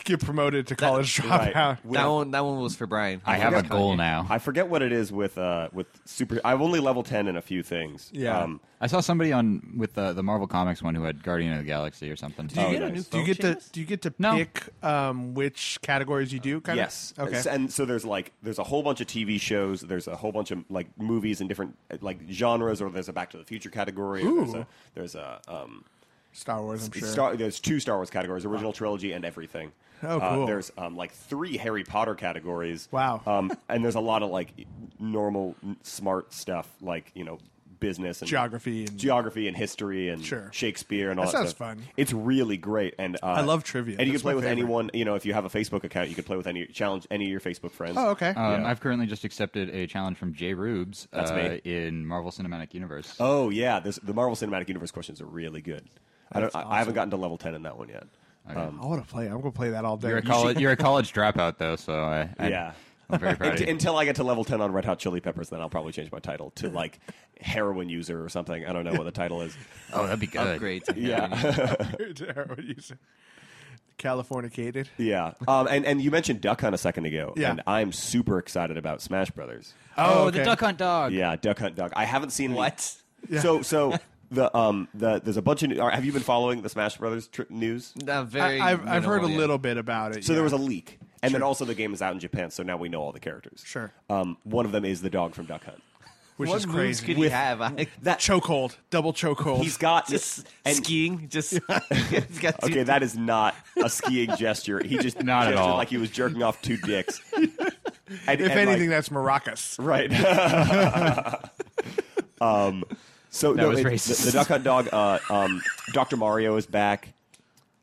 Get promoted to college
right.
dropout.
With-
That one. That one was for Brian.
I have a goal now.
I forget what it is with uh, with super. I've only level 10 in a few things. Um,
Yeah.
I saw somebody on with the the Marvel Comics one who had Guardian of the Galaxy or something.
Did you
Oh,
get a
nice.
new
Do you
phone,
get to
Seamus?
do you get to
No.
pick um, which categories you do? Kind
yes.
Of?
S-
Okay.
And so there's like there's a whole bunch of TV shows. There's a whole bunch of like movies and different uh, like genres. Or there's a Back to the Future category. or There's
Ooh.
a there's a um,
Star Wars. I'm sure.
Star, there's two Star Wars categories: original trilogy and everything.
Oh,
Uh,
cool.
there's um, like three Harry Potter categories.
Wow.
Um, and there's a lot of like normal n- smart stuff, like you know business and
Geography and-
geography and history and
Sure.
Shakespeare and all
That
that.
sounds
stuff.
fun.
It's really great, and uh,
I love trivia.
And you
That's
can play
my
with
favorite.
anyone. You know, if you have a Facebook account, you can play with any challenge any of your Facebook friends.
oh, okay.
Um,
Yeah.
I've currently just accepted a challenge from Jay Rubes
That's
uh,
me.
in Marvel Cinematic Universe.
Oh yeah, this, the Marvel Cinematic Universe questions are really good. I don't. I, I haven't gotten to level ten in that one yet. Um,
I want to play. I'm gonna play that all day.
you're a college you're a college dropout though, so I, I
Yeah.
I'm very proud of
Unt-
you.
until I get to level 10 on Red Hot Chili Peppers, then I'll probably change my title to like heroin user or something. I don't know what the title is.
Oh, that'd be good.
Upgrade. to heroin.
Yeah.
Californicated.
yeah. Um, and, and you mentioned Duck Hunt a second ago.
Yeah.
And I'm super excited about Smash Brothers.
Oh, okay.
Hunt dog.
Yeah, Duck Hunt Duck. I haven't seen the-
What?
So, so. The um the there's a bunch of new, are- have you been following the Smash Brothers tri- news?
Not very.
I, I've I've heard a
minimal, yeah.
little bit about it.
So
yeah.
there was a leak, and then also the game is out in Japan, so now we know all the characters.
Sure.
Um, one of them is the dog from Duck Hunt.
which
what
is
moves
crazy.
could he have? I,
That
chokehold, double chokehold.
he's got
just
and-
skiing. Just he's got two-
Okay, that is not a skiing gesture. He just
Not at
gestured
all.
like he was jerking off two dicks. And- and,
if
like-
anything, that's maracas.
right. um, so no,
was
it-
racist.
The, the Duck Hunt Dog. Uh, um, Doctor Mario is back.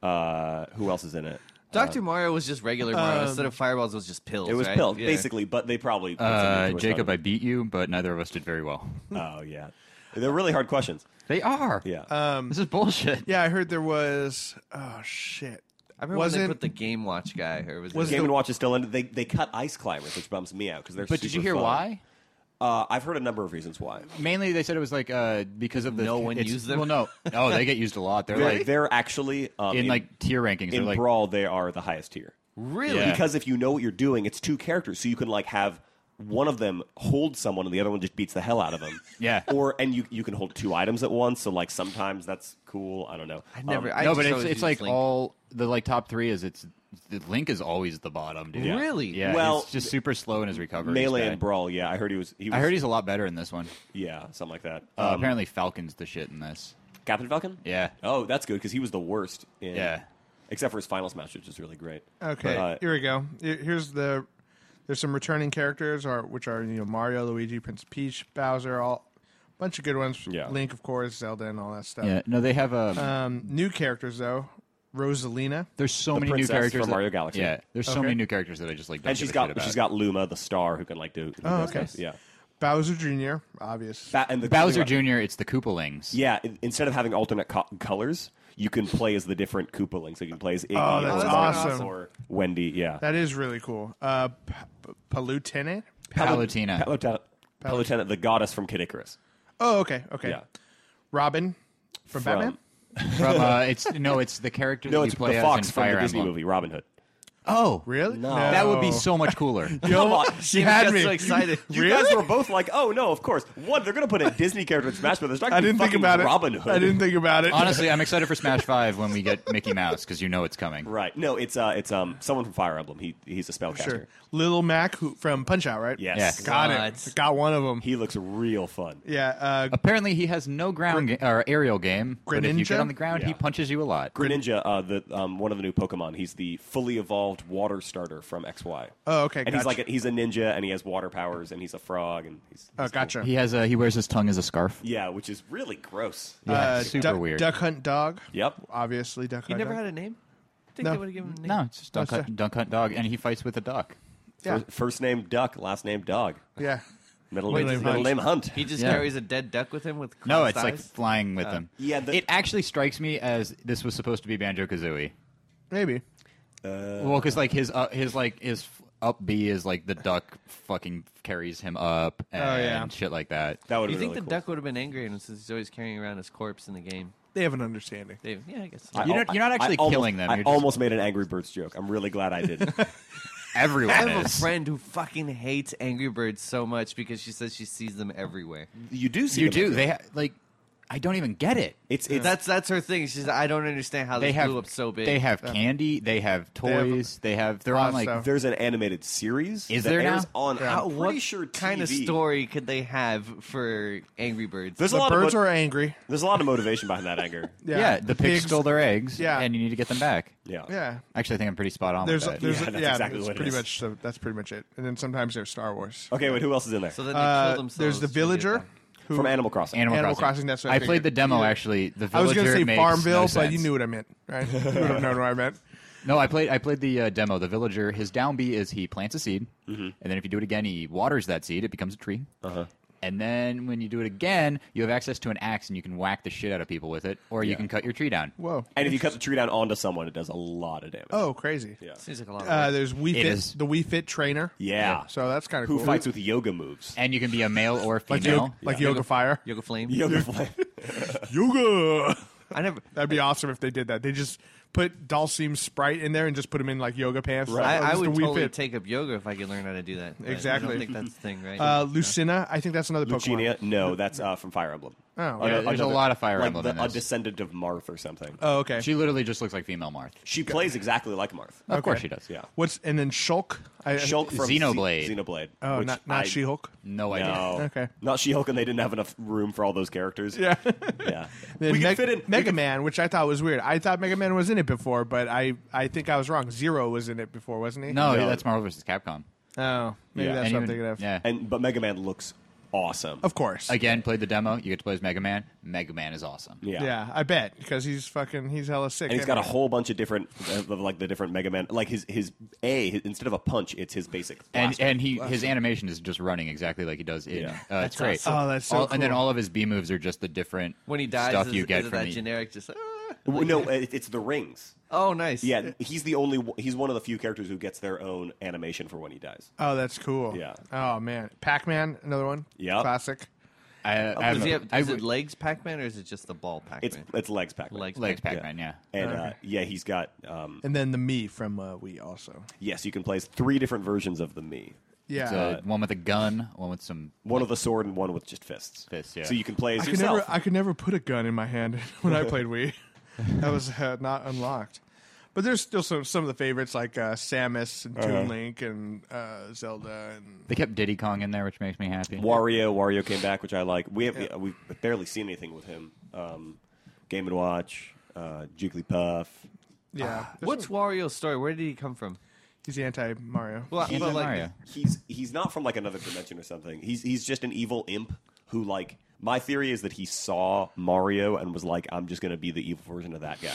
Uh, who else is in it?
Dr. Mario was just regular Mario. Instead of fireballs, it was just pills.
It was
right?
Pill,
Yeah.
basically, but they probably.
Uh, Jacob, I beat you, but neither of us did very well.
Oh yeah, they're really hard questions.
They are.
Yeah.
This is bullshit.
Yeah, I heard there was. Oh shit!
I remember
wasn't.
when they put the Game Watch guy. Or was
Was
it
Game and Watch is still in. They they cut Ice Climbers, which bums me out because they're.
But did you
super
hear
fun.
why?
Uh, I've heard a number of reasons why.
Mainly, they said it was like uh, because of the
No one
it's-
used them?
Well, no, oh, they get used a lot. They're
They're,
like
they're actually um,
in like tier rankings. They're
in
like
brawl they are the highest tier
really?
Yeah.
because if you know what you're doing it's two characters so you can like have one of them hold someone and the other one just beats the hell out of them
Yeah.
or and you you can hold two items at once so like sometimes that's cool i don't know Um,
I never. I
no,
just
but it's
always
it's
used
like
Link.
all the like top three is it's the Link is always the bottom, dude.
Yeah.
Really?
Yeah.
Well,
it's just super slow in his recovery.
melee
this
and
guy.
brawl yeah i heard he was he was
I heard he's a lot better in this one.
yeah something like that
Uh,
um,
apparently, Falcon's the shit in this.
captain falcon
Yeah.
oh that's good because he was the worst in,
Yeah.
except for his final smash which is really great
Okay,
Uh,
here we go. Here- Here's the there's some returning characters, or which are you know Mario, Luigi, Prince Peach, Bowser, all bunch of good ones.
Yeah.
Link, of course, Zelda, and all that stuff.
Oh.
Yeah, no, they have um,
Um, new characters though, Rosalina.
there's so
the
many new
princess
characters
from
that-
Mario Galaxy.
Yeah, there's so
Okay.
many new characters that I just like. Don't
and she's
give a shit
got
about.
she's got Luma, the star, who can like do. who
Oh,
does
okay.
stuff. Yeah.
Bowser Jr. Obvious.
That and the
Bowser
Luma-
Jr. It's the Koopalings.
Yeah, in- instead of having alternate co- colors, you can play as the different Koopalings. You can play as Iggy
Oh,
or
that's
Lance
awesome.
or Wendy. Yeah,
that is really cool. Uh, P- P- Palutena.
Palutena.
Palutena, Palutena, the goddess from Kid Icarus.
Oh, okay, okay.
Yeah.
Robin from,
From-
Batman.
From uh, it's no, it's the character
No,
that
it's
you play
the
as
fox
in
from
Fire
the Disney
Emblem.
movie Robin Hood.
Oh,
Really? Oh.
No.
That would be so much cooler.
Come on.
She had
got
me.
so excited.
You guys were both like, "Oh no, of course." One, they're going to put a Disney character in Smash Brothers. They're not
I
gonna
didn't
be
think
fucking
about it.
Robin Hood.
I didn't think about it.
Honestly, I'm excited for Smash Five when we get Mickey Mouse because you know it's coming.
Right? No, it's uh, it's um, someone from Fire Emblem. He he's a spellcaster.
sure. Little Mac who, from Punch Out, right?
Yes.
Yeah.
Got
What?
it. Got one of them.
He looks real fun.
Yeah. Uh,
Apparently, he has no ground ga- or aerial game. But if you
Greninja?
get on the ground, he
Yeah.
punches you a lot.
Greninja, uh, the um, one of the new Pokemon. He's the fully evolved water starter from XY.
oh, okay.
and
gotcha.
he's like a, he's a ninja, and he has water powers, and he's a frog, and he's,
oh,
he's cool.
gotcha.
He has a he wears his tongue as a scarf.
Yeah, which is really gross.
Yeah, super
Uh, duck,
weird.
Duck Hunt Dog.
Yep.
Obviously, Duck
You
Hunt
never
Dog.
had a name? I think
No. Oh,
they would have given him a name.
no, it's just duck,
That's
hunt, duck hunt dog, and he fights with a duck.
yeah.
First, first name Duck, last name Dog.
yeah.
Middle
Middle
name
name
middle
Hunt.
name Hunt.
He just
Yeah.
carries a dead duck with him with
No,
crossed
it's like
eyes?
flying
Uh,
with them.
Yeah, the-
it actually strikes me as this was supposed to be Banjo Kazooie.
Maybe.
Well, because like his uh, his like his f- up B is like the duck fucking carries him up
Oh,
and
yeah.
shit like that.
That would
You
be
think
really
the
cool.
duck would have been angry at him since he's always carrying around his corpse in the game?
They have an understanding.
They, yeah, I guess.
I-
You're not- you're not
I-
actually
I almost-
killing them,
I
you're just-
almost made an Angry Birds joke. I'm really glad I didn't.
Everyone
I have a
is.
friend who fucking hates Angry Birds so much because she says she sees them everywhere.
you do see
You
them
do.
everywhere.
They ha- like. I don't even get it.
It's it's
That's that's her thing. She's I don't understand how
They
they
have
blew up so big. Uh,
They have candy. They have
have-
toys. They have. They are on
Lots
like.
of-
there's an animated series
Is
that
there
airs
now?
on.
Yeah.
I'm
what
pretty sure TV.
kind of story could they have for Angry Birds?
There's a
The
lot
birds
of
are
mo-
angry.
there's a lot of motivation behind that anger.
Yeah,
Yeah.
the, pigs, stole their eggs.
Yeah.
and you need to get them back.
Yeah.
Yeah.
Actually, I think I'm pretty spot on
There's,
with that.
there's,
Yeah,
yeah,
that's exactly
that's
what it
pretty
is.
much. So that's pretty much it. And then sometimes there's Star Wars.
Okay, wait. Who else is in there?
so then Oh, they
Uh,
kill themselves.
there's the
to get
villager.
them.
Who,
From Animal Crossing.
Animal,
Animal
Crossing.
Crossing, that's what I
I, played the
figured.
demo
Yeah.
actually. The
I was
going to
say Farmville, but you knew what I meant, right? you would have known what I meant.
No, I played. I played the uh, demo. The villager. His down B is he plants a seed, and then if you do it again, he waters that seed. It becomes a tree. And then when you do it again, you have access to an axe, and you can whack the shit out of people with it, or you can cut your tree down.
Whoa.
and if you cut the tree down onto someone, it does a lot of damage.
Oh, crazy.
Yeah.
Seems like a lot. Of
Uh,
work.
there's We
It
Fit,
is.
the We Fit trainer.
Yeah.
So that's kind of
Who
cool.
fights with yoga moves?
And you can be a male or a
like
female.
yoga, like yoga fire?
Yoga Flame.
Yoga flame.
Yoga.
I never.
That'd be awesome if they did that. They just put Dalseem Sprite in there and just put him in like yoga pants.
I,
Like, oh,
I
just a
would
Wii
totally
Fit.
take up yoga if I could learn how to do that. but I
Exactly.
don't think that's the thing, right?
Uh, Lucina, I think that's another
Lucinia?
Pokemon.
No, that's uh, from Fire Emblem.
Oh, yeah,
Another-
there's a
another-
lot of Fire
like
Emblem
the-
in
a
this.
descendant of Marth or something.
Oh, okay.
She literally just looks like female Marth.
she plays exactly like Marth.
Of course she does.
Yeah.
What's and then Shulk? I,
Shulk from
Xenoblade.
Ze- Xenoblade.
Oh,
which
not, not
I-
She-Hulk.
No
No.
idea.
Okay.
Not She Hulk, and they didn't have enough room for all those characters.
Yeah.
Yeah.
Then
we
Meg-
could fit in.
Mega Man, which I thought was weird. I thought Mega Man was in it before, but I, I think I was wrong. Zero was in it before, wasn't he?
No,
No.
that's Marvel vs. Capcom.
Oh, maybe that's what
And
Yeah.
I'm
even-
thinking of.
Yeah.
And but Mega Man looks awesome.
Of course.
Again, played the demo. You get to play as Mega Man. Mega Man is awesome.
yeah.
yeah. I bet because he's fucking he's hella sick.
And he's
isn't
got a
he?
whole bunch of different, of, like the different Mega Man. Like his his A his, instead of a punch, it's his basic.
And
blaster.
and he his animation is just running exactly like he does in.
Yeah.
Uh, it's great.
awesome. Oh, that's so
All- And then
cool.
all of his B moves are just the different
when he dies,
stuff
is,
you get
is it
from
that
the-
generic just. "Ah."
Well, no, it, it's the rings.
Oh, nice.
Yeah, he's the only. one- He's one of the few characters who gets their own animation for when he dies.
Oh, that's cool.
Yeah.
Oh man, Pac Man, another one.
Yep.
Classic.
I, I have,
Does he have,
I
Oh, is it
would-
legs Pac-Man or is it just the ball
It's
Pac-Man?
it's legs pac
legs.
legs
Pac-Man.
Pac-Man. Yeah.
and uh, yeah, he's got. Um,
And then the me from uh, we also.
yes, you can play as three different versions of the me.
Yeah.
So,
uh,
one with a gun, one with some.
One with a sword and one with just fists.
Fists, yeah.
So you can play as
I could
yourself.
never I could never put a gun in my hand when I played Wii. that was uh, not unlocked. But there's still some some of the favorites like uh, Samus and
Uh-huh.
Toon Link and uh, Zelda and
They kept Diddy Kong in there, which makes me happy.
Wario, Wario came back, which I like. We have, we, have barely seen anything with him. Um, Game and Watch, uh, Jigglypuff.
yeah.
Ah,
There's
What's
some-
Wario's story? Where did he come from?
he's anti Mario.
Well,
He's
but
in
like,
Mario.
He's he's not from like another dimension or something. He's he's just an evil imp who like My theory is that he saw Mario and was like, "I'm just going to be the evil version of that guy,"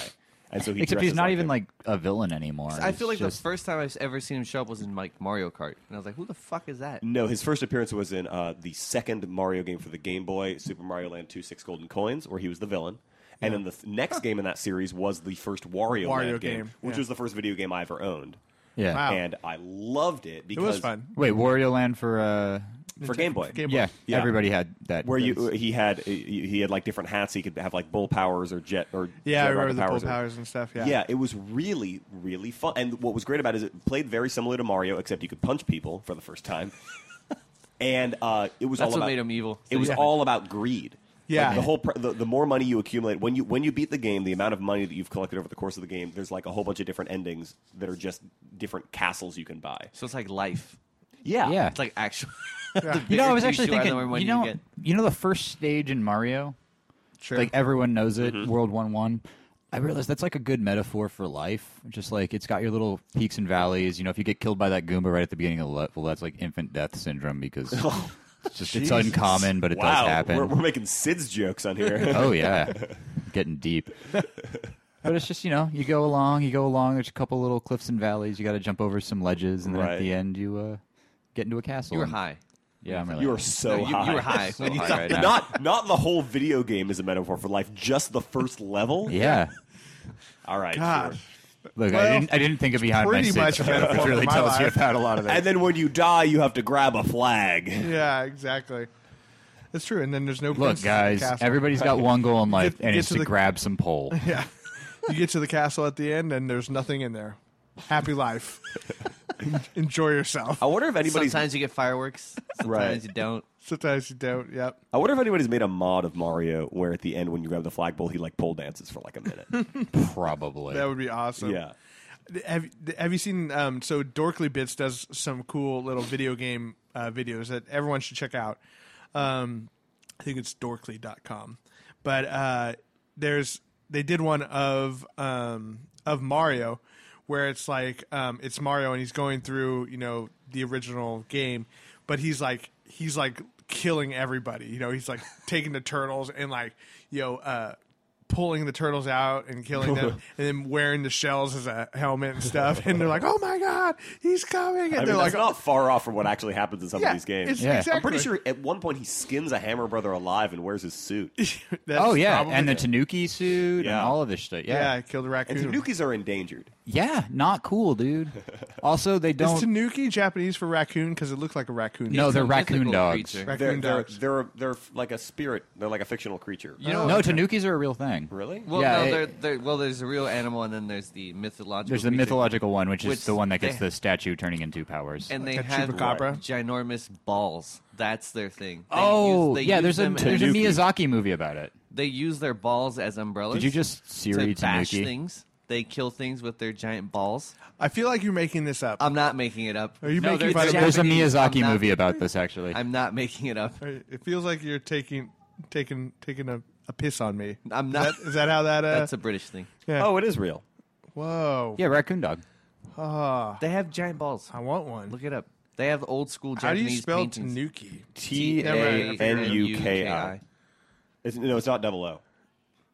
and so he
Except he's
dresses
not even
him.
like a villain anymore.
I feel like
It's just-
the first time I've ever seen him show up was in like Mario Kart, and I was like, "Who the fuck is that?"
No, his first appearance was in uh, the second Mario game for the Game Boy, Super Mario Land 2 Six Golden Coins, where he was the villain. And then the th- next game in that series was the first
Wario
Wario, Land game,
game,
which
yeah.
was the first video game I ever owned.
yeah.
Wow.
And I loved it
It
because
was fun.
Wait, Wario Land for uh,
for Game Boy.
Game Boy.
yeah,
Yeah.
everybody had that.
where you
that's-
he had he he had like different hats. He could have like bull powers or jet or
Yeah, I
jet rocket
remember the
powers
pull
or-
powers and stuff. Yeah.
it was really, really fun. And what was great about it is it played very similar to Mario, except you could punch people for the first time. and uh, it was
That's
all
what
about,
made him evil.
It was all about greed.
Yeah.
Like, the whole pr- the, the more money you accumulate when you when you beat the game, the amount of money that you've collected over the course of the game, there's like a whole bunch of different endings that are just different castles you can buy.
So it's like life.
Yeah,
Yeah.
It's like actual.
you know, I was
bigger
actually
you are, the
thinking.
more money
You
you
know,
get.
you know the first stage in Mario,
sure.
like everyone knows it. World One One. I realized that's like a good metaphor for life. Just like it's got your little peaks and valleys. You know, if you get killed by that Goomba right at the beginning of the level, that's like infant death syndrome because it's just it's uncommon, but it
wow,
does happen.
We're, we're making Sid's jokes on here.
oh yeah, getting deep. But it's just you know you go along, you go along. There's a couple little cliffs and valleys. You got to jump over some ledges, and then
Right.
at the end you uh, get into a castle.
You were
and-
high.
Yeah, I'm really.
You
high.
are so
No, you,
high.
you were high.
So
when you
high
saw
right
that.
now.
Not not the whole video game is a metaphor for life, just the first level.
Yeah.
All right.
God.
sure.
Look,
Well,
I didn't. I didn't think of behind
pretty
my sit,
much a metaphor
which
for
really
my
tells you
life.
about a lot of that.
And then when you die, you have to grab a flag.
Yeah, exactly. That's true. And then there's no
Look,
princess in the
guys,
castle.
everybody's got one goal in life,
Get-
and
get
it's
to
to
the-
grab some pole.
Yeah. you get to the castle at the end, and there's nothing in there. Happy life. En- Enjoy yourself.
I wonder if anybody's.
Sometimes you get fireworks. Sometimes
Right.
you don't.
Sometimes you don't. Yep.
I wonder if anybody's made a mod of Mario where at the end, when you grab the flagpole, he like pole dances for like a minute.
Probably.
That would be awesome.
yeah.
Have Have you seen? Um, so Dorkly Bits does some cool little video game uh, videos that everyone should check out. Um, I think it's dorkly.com. but uh, there's they did one of um, of Mario where it's like um, it's Mario and he's going through you know the original game, but he's like he's like killing everybody. You know, he's like taking the turtles and like you know. Uh, pulling the turtles out and killing them and then wearing the shells as a helmet and stuff and they're like oh my god he's coming and
I
they're
mean,
like "Oh,
that's not far off from what actually happens in some
yeah
of these games.
it's
Yeah.
exactly
I'm pretty sure at one point he skins a Hammer Brother alive and wears his suit.
That's
oh yeah,
probably
and the
it.
Tanuki suit and
Yeah.
all of this shit.
yeah I killed a raccoon
And Tanukis are endangered.
Yeah, not cool, dude. Also, they
Is
don't.
Tanuki Japanese for raccoon? Because it looked like a raccoon.
No,
It's
they're
a
raccoon
mythical
dogs.
creature.
They're,
raccoon
they're,
dogs.
they're, they're like a spirit. They're like a fictional creature.
You know,
no, Tanukis are a real thing.
Really?
Well,
Yeah,
no,
it-
they're, they're, well, there's a real animal, and then there's the mythological.
There's the
creature.
mythological one, which,
Which
is the one that gets
they-
the statue turning into powers.
and they
Like a
have
chupacabra?
ginormous balls. That's their thing. They
oh,
use- they
yeah.
use
There's a
them as-
there's a Miyazaki movie about it.
They use their balls as umbrellas.
Did you just Siri
to bash
Tanuki?
things? They kill things with their giant balls.
I feel like you're making this up.
I'm not making it up.
Are you
No,
making
there's,
fun of?
it's-
me?
there's
Japanese,
a Miyazaki
I'm not-
movie about this actually.
I'm not making it up.
It feels like you're taking taking taking a, a piss on me.
I'm
Is
not.
that, is that how that? Uh,
That's a British thing.
yeah.
Oh, it is real.
whoa.
yeah, raccoon dog.
Ah,
They have giant balls.
I want one.
Look it up. They have old school
how do
Japanese
you spell
paintings.
Tanuki?
T
Never mind,
A
I figured it out.
N U K I. It's- No, it's not double O.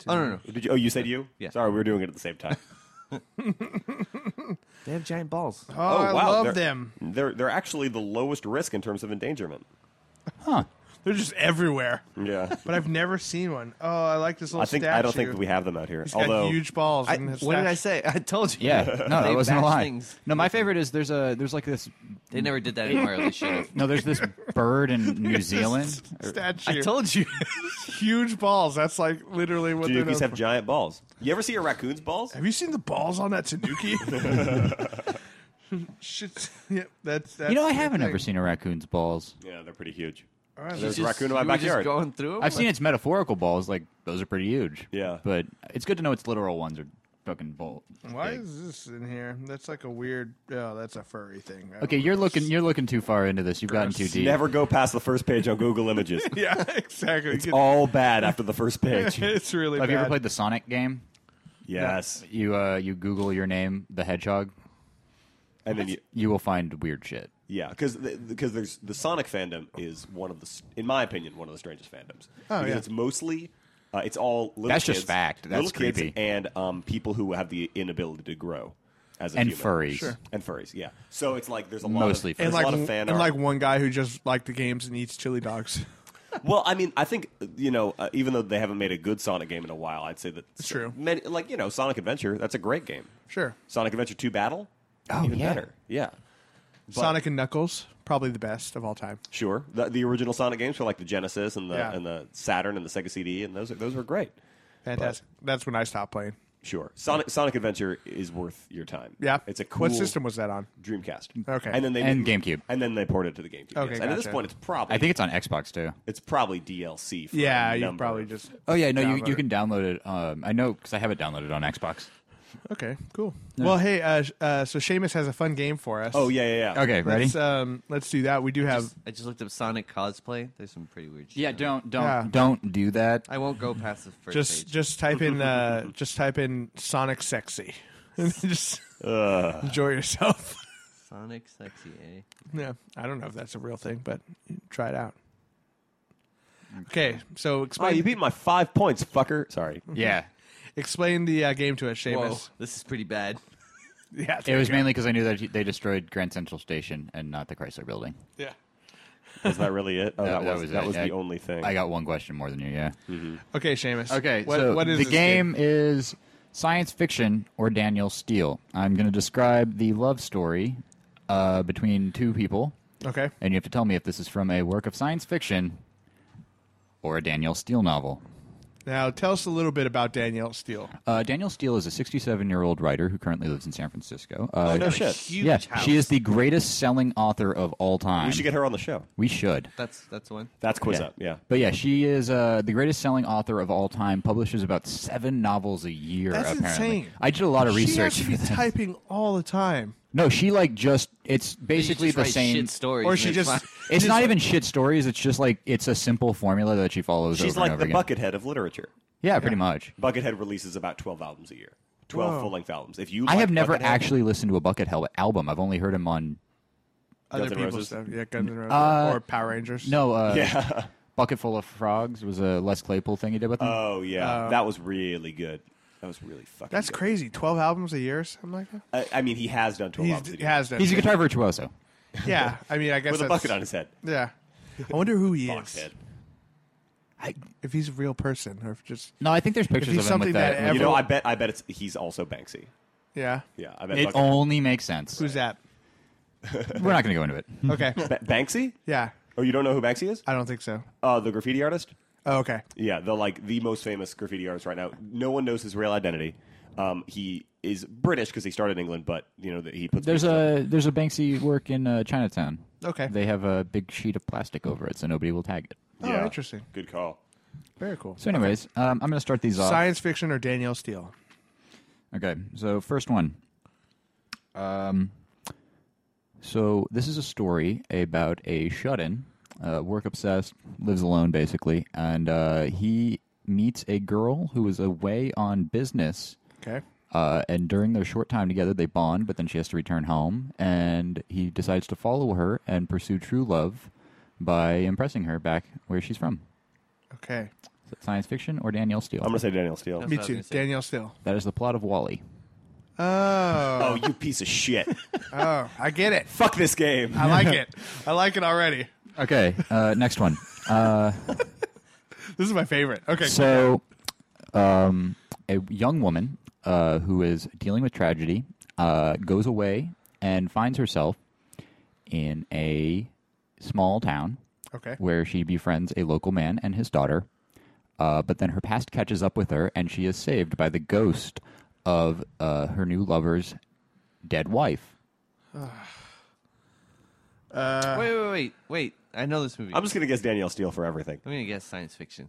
Oh no, no, no.
Did you, oh, you said you?
Yeah.
Sorry, we were doing it at the same time.
They have giant balls.
Oh, I
they're-
love them.
They're they're actually the lowest risk in terms of endangerment.
Huh.
They're just everywhere.
Yeah.
But I've never seen one. Oh, I like this little
I think
statue.
I don't think we have them out here.
He's
Although
got huge balls.
I,
in his
what did I
statue.
say? I told you.
Yeah. No,
They
that wasn't a
bash
lie.
things.
No, my favorite is there's a there's like this
They never did that in Mario. They should have.
no there's this bird in New Zealand. or-
Statue.
I told you.
huge balls. That's like literally what they're known
Tanukis have
for.
giant balls. You ever see a raccoon's balls?
Have you seen the balls on that Tanuki? Shit. Yeah, that's, that's
You know, I haven't ever seen a raccoon's balls.
Yeah, they're pretty huge.
All right, let's-
There's a raccoon in my
you were just
backyard.
going through 'em?
I've seen its metaphorical balls, like those are pretty huge.
Yeah.
but it's good to know its literal ones are fucking bull.
why
big.
is this in here? That's like a weird. Oh, that's a furry thing. I
Okay,
don't-
you're looking you're looking too far into this. You've gotten too deep.
Never go past the first page on Google Images.
Yeah, exactly.
It's
It's,
all bad after the first page.
it's really.
Have
bad.
you ever played the Sonic game?
Yes,
You uh, you Google your name, the Hedgehog.
and then you,
You will find weird shit.
Yeah, because because there's the Sonic fandom is one of the, s- in my opinion, one of the strangest fandoms.
Oh,
because
yeah.
it's mostly. Uh, it's all little
That's
kids,
just fact. That's
little kids
creepy.
and um, people who have the inability to grow as a
And
human.
furries. Sure.
and furries. Yeah, so it's like there's a lot
Mostly furries.
of, there's
and like
a lot of fan
and
art.
like one guy who just liked the games and eats chili dogs.
Well, I mean, I think you know, uh, even though they haven't made a good Sonic game in a while, I'd say that
It's true.
Many, like you know, Sonic Adventure, that's a great game.
Sure.
Sonic Adventure Two Battle,
Oh,
even
yeah.
better. Yeah, But-
Sonic and Knuckles, probably the best of all time.
sure. The, the original Sonic games for like the Genesis and the
Yeah.
and the Saturn and the Sega CD, and those those were great.
Fantastic. That's when I stopped playing.
Sure, Sonic Sonic Adventure is worth your time.
Yeah.
it's a cool
What system was that on?
Dreamcast.
Okay.
and then they
And GameCube.
and then they ported it to the GameCube.
Okay,
yes. and at this
gotcha.
point, it's probably
I think it's on Xbox too.
it's probably DLC. For
Yeah,
a
you
number
probably
of-
just
Oh yeah, no, you,
download
you
it.
can download it. Um, I know because I have it downloaded on Xbox.
Okay, cool. Well, hey, uh, sh- uh, so Seamus has a fun game for us.
Oh yeah, yeah, yeah.
Okay, ready?
Let's, um, let's do that. We do have.
I just looked up Sonic cosplay. There's some pretty weird. shit.
yeah, don't don't
Yeah.
don't do that.
I won't go past the first
just
page.
just type in uh, just type in Sonic sexy. And just enjoy yourself.
Sonic sexy, eh?
yeah, I don't know if that's a real thing, but try it out. Okay, so
Oh,
explain
you beat my five points, fucker. Sorry.
Yeah,
explain the uh, game to us, Seamus.
this is pretty bad.
Yeah,
it was mainly because I knew that they destroyed Grand Central Station and not the Chrysler Building.
yeah.
Was that really it? Oh, that,
That- that
was,
was
that
it.
was the
I-
only thing.
I got one question more than you. Yeah.
Okay, Seamus.
Okay,
what,
so
what is
the
this
game, is science fiction or Daniel Steele. I'm going to describe the love story uh, between two people,
Okay,
and you have to tell me if this is from a work of science fiction or a Daniel Steele novel.
now tell us a little bit about Danielle Steele.
Uh, Daniel Steele is a 67 year old writer who currently lives in San Francisco. Uh,
Oh, no
A
shit.
Huge
yeah,
house.
she is the greatest selling author of all time.
We should get her on the show.
We should.
That's that's one.
That's quiz
Yeah.
up. Yeah.
But yeah, she is uh, the greatest selling author of all time. Publishes about seven novels a year.
That's
apparently,
insane.
I did a lot of
She has
research.
to
for
be
this.
typing all the time,
No, she like just it's basically
She just
the
writes
same
shit stories.
or
and
she
it's
just.
fine.
It's not even shit stories. It's just like it's a simple formula that she follows. over
She's
and
like
over
the
again.
Buckethead of literature.
Yeah, pretty much.
Buckethead releases about 12 albums a year. 12
Whoa.
full-length albums. If you
I
like
have never
Buckethead-
actually listened to a Buckethead album. I've only heard him on
other
Guns N'
people's
Roses?
stuff. Yeah, Guns N' Roses
Uh,
or Power Rangers.
no. Uh,
Yeah.
Bucketful of Frogs was a Les Claypool thing he did with
Uh,
him.
Oh yeah. that was really good. That was really fucking
that's
good.
crazy. Twelve albums a year, something like that.
I, I mean, he has done 12 albums.
He's,
a
he
year.
has done.
He's a
it.
guitar virtuoso.
Yeah, I mean, I guess
with a
that's-
bucket on his head.
Yeah, I wonder who he is.
Buckethead.
I,
If he's a real person, or if just
no, I think there's pictures
he's
of him
something
with
that
that.
ever-
You know, I bet I bet it's he's also Banksy.
yeah,
Yeah, I bet
it
Buckethead-
only makes sense.
who's that?
We're not going to go into it.
Okay,
Ba- Banksy?
yeah,
Oh, you don't know who Banksy is?
I don't think so.
Uh, the graffiti artist?
Oh, okay,
Yeah, the like the most famous graffiti artist right now. No one knows his real identity. Um, he is British because he started in England, but you know that he puts.
There's a there's a Banksy work in uh, Chinatown.
Okay.
They have a big sheet of plastic over it, so nobody will tag it.
oh,
Yeah.
interesting,
Good call.
very cool.
So, anyways, um, I'm going to start these off.
Science fiction or Danielle Steele?
Okay, so first one. Um, so this is a story about a shut-in, uh, work obsessed, lives alone basically, and uh, he meets a girl who is away on business.
Okay,
Uh, and during their short time together, they bond, but then she has to return home, and he decides to follow her and pursue true love by impressing her back where she's from.
okay,
Is it science fiction or Danielle Steele?
I'm gonna say Daniel Steele.
me
what I was
too.
gonna say.
Danielle Steele.
That is the plot of Wally.
Oh,
Oh, you piece of shit!
oh, I get it.
Fuck this game.
I like it. I like it already.
Okay, uh, next one. Uh,
This is my favorite. Okay,
So, um, a young woman uh, who is dealing with tragedy uh, goes away and finds herself in a small town
okay,
where she befriends a local man and his daughter. Uh, but then her past catches up with her, and she is saved by the ghost of uh, her new lover's dead wife.
wait, wait, wait, wait. I know this movie.
I'm
uh, I'm,
just gonna guess Daniel Steele for everything.
gonna guess science fiction.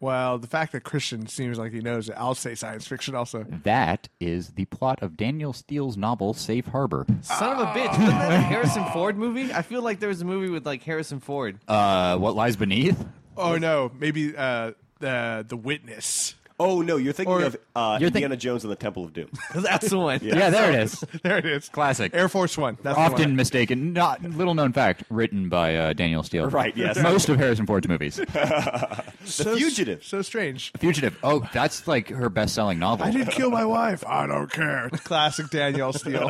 well, the fact that Christian seems like he knows it, I'll say science fiction also.
That is the plot of Daniel Steele's novel Safe Harbor.
Son of a bitch!
Ah.
Wasn't that the Harrison Ford movie? I feel like there was a movie with like Harrison Ford.
Uh, what lies Uh, beneath?
Oh no, maybe uh, the the witness.
Oh no, you're thinking
Or-
of uh,
You're think-
Indiana Jones and the Temple of Doom.
That's the one.
Yeah, there it is.
there it is.
Classic.
Air Force One. That's the one.
Often mistaken, not little known fact, written by uh, Daniel Steele.
Right, yes.
Most of Harrison Ford's movies.
the Fugitive.
So strange.
Fugitive. Oh, that's like her best selling novel.
I didn't kill my wife. I don't care. Classic Danielle Steele.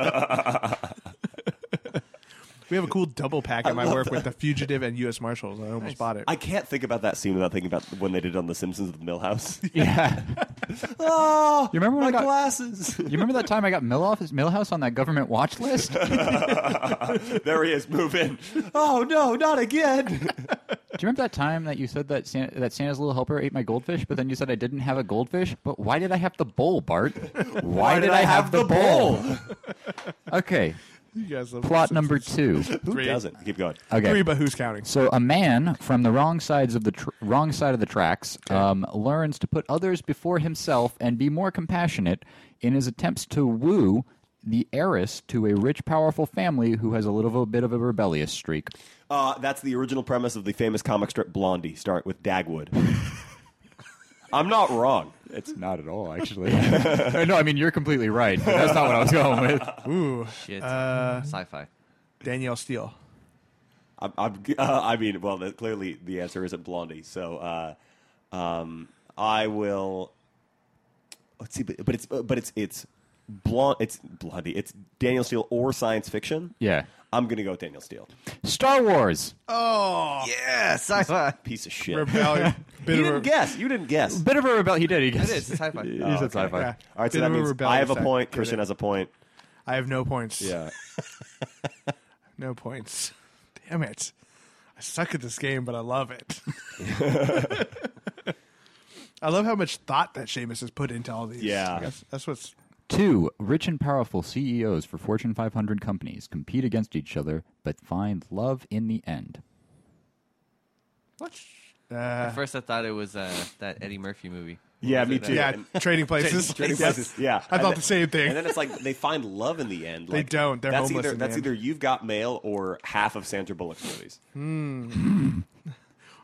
we have a cool double pack at my work with the fugitive and U.S. Marshals. I almost bought it.
I can't think about that scene without thinking about when they did on The Simpsons with Millhouse.
Yeah.
oh,
You remember when
my
I got-
glasses?
You remember that time I got Millhouse, Millhouse on that government watch list? Do
there he is, move in. Oh no, not again.
you remember that time that you said that San- that Santa's little helper ate my goldfish, but then you said I didn't have a goldfish? But why did I have the bowl, Bart? Why, did, I have, the bowl? okay.
you guys love
Plot
The
number
Simpsons.
two.
Who
Three.
doesn't? Keep going.
Okay.
Three, but who's counting?
So a man from the wrong sides of the tr- wrong side of the tracks um, learns to put others before himself and be more compassionate in his attempts to woo the heiress to a rich, powerful family who has a little bit of a rebellious streak.
Uh, that's the original premise of the famous comic strip Blondie, start with Dagwood. I'm not wrong.
It's not at all, actually. no, I mean you're completely right. But that's not what I was going with.
Ooh,
Shit.
Uh,
Sci-fi.
Danielle Steele.
I'm, I'm, uh, I mean, well, the, clearly the answer isn't Blondie. So uh, um, I will. Let's see, but, but it's but it's it's blonde. It's Blondie. It's Daniel Steele or science fiction.
Yeah,
I'm gonna go with Daniel Steele.
Star Wars.
Oh,
Yeah, sci-fi.
Piece of shit.
rebellion. Bit
you
of a-
didn't guess. You didn't guess.
Bit of a rebel. He did. He
It
guessed.
is. It's sci-fi.
He said sci-fi.
yeah.
All right, so
Bit
that
of a
means
rebellious
I have a
act.
point.
Get
Christian
it.
has a point.
I have no points.
Yeah.
No points. Damn it. I suck at this game, but I love it. I love how much thought that Seamus has put into all these.
Yeah.
That's, that's what's.
Two rich and powerful CEOs for Fortune 500 companies compete against each other, but find love in the end.
What? Uh,
At first, I thought it was uh, that Eddie Murphy movie. What
Yeah,
was
me
it? uh,
too.
yeah,
and-
trading places.
Trading
Yes.
Places, yeah.
I thought
And then-
the same thing.
And then it's like they find love in the end. Like,
don't. They're
that's
homeless
either
in the
that's
end.
either you've got mail or half of Sandra Bullock's movies.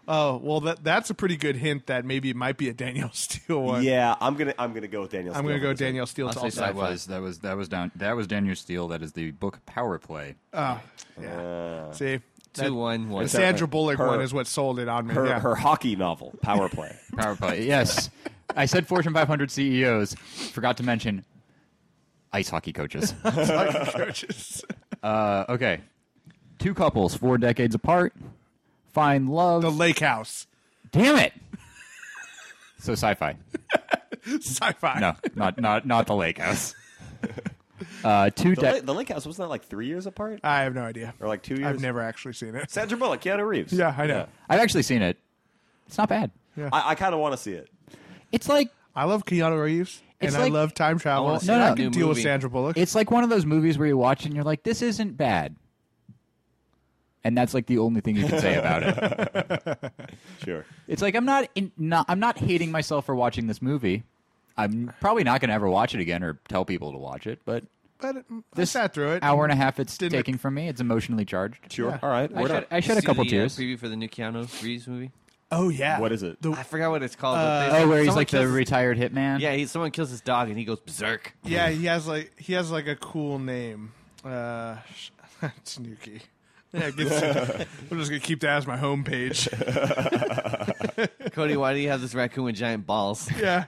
oh, well, that, that's a pretty good hint that maybe it might be a Daniel Steele one.
Yeah, I'm gonna I'm gonna go with Daniel.
I'm going to
Steele
go
for this one.
Daniel Steele to
I'll
also.
say that was that was that was down that was Daniel Steele. That is the book Power Play.
Yeah.
Uh,
See? That-
Two, one, one.
the Sandra Bullock
her-
one is what sold it on me.
her
yeah.
her hockey novel Power Play.
Power Play. yes, I said Fortune 500 CEOs. E Forgot to mention ice hockey coaches.
coaches.
Uh, okay, two couples four decades apart find love.
the Lake House.
Damn it! So sci-fi.
Sci fi.
No, not not not the Lake House. Uh, two
The,
de-
Lake- the Lake House wasn't that like three years apart
I have no idea.
or like two years?
I've never actually seen it.
Sandra Bullock, Keanu Reeves.
Yeah, I know.
I've actually seen it. It's not bad.
I, I kind of want to see it.
It's like
I love Keanu Reeves and
It's
I
like-
love time travel.
I wanna
and
see
I
that
can
new
deal with
movie.
Sandra Bullock.
It's like one of those movies where you watch it and you're like, this isn't bad. And that's like the only thing you can say about it.
Sure.
It's like I'm not, in, not I'm not hating myself for watching this movie. I'm probably not going to ever watch it again or tell people to watch it, but
but it, I
this
sat through it.
hour and a half it's
Didn't-
taking from me, it's emotionally charged.
Sure. All right.
I
Word
shed,
up.
I shed a
See
couple
the, uh,
tears.
preview for the new Keanu Reeves movie.
Oh yeah.
What is it?
The-
I forgot what it's called.
Uh,
but there's-
Oh, where he's
someone
like the
kills his-
retired hitman.
yeah, he, someone kills his dog and he goes berserk.
yeah, he has like he has like a cool name. Uh sh- Snooky. Yeah, it gets, I'm just gonna keep that as my homepage.
Cody, why do you have this raccoon with giant balls?
yeah.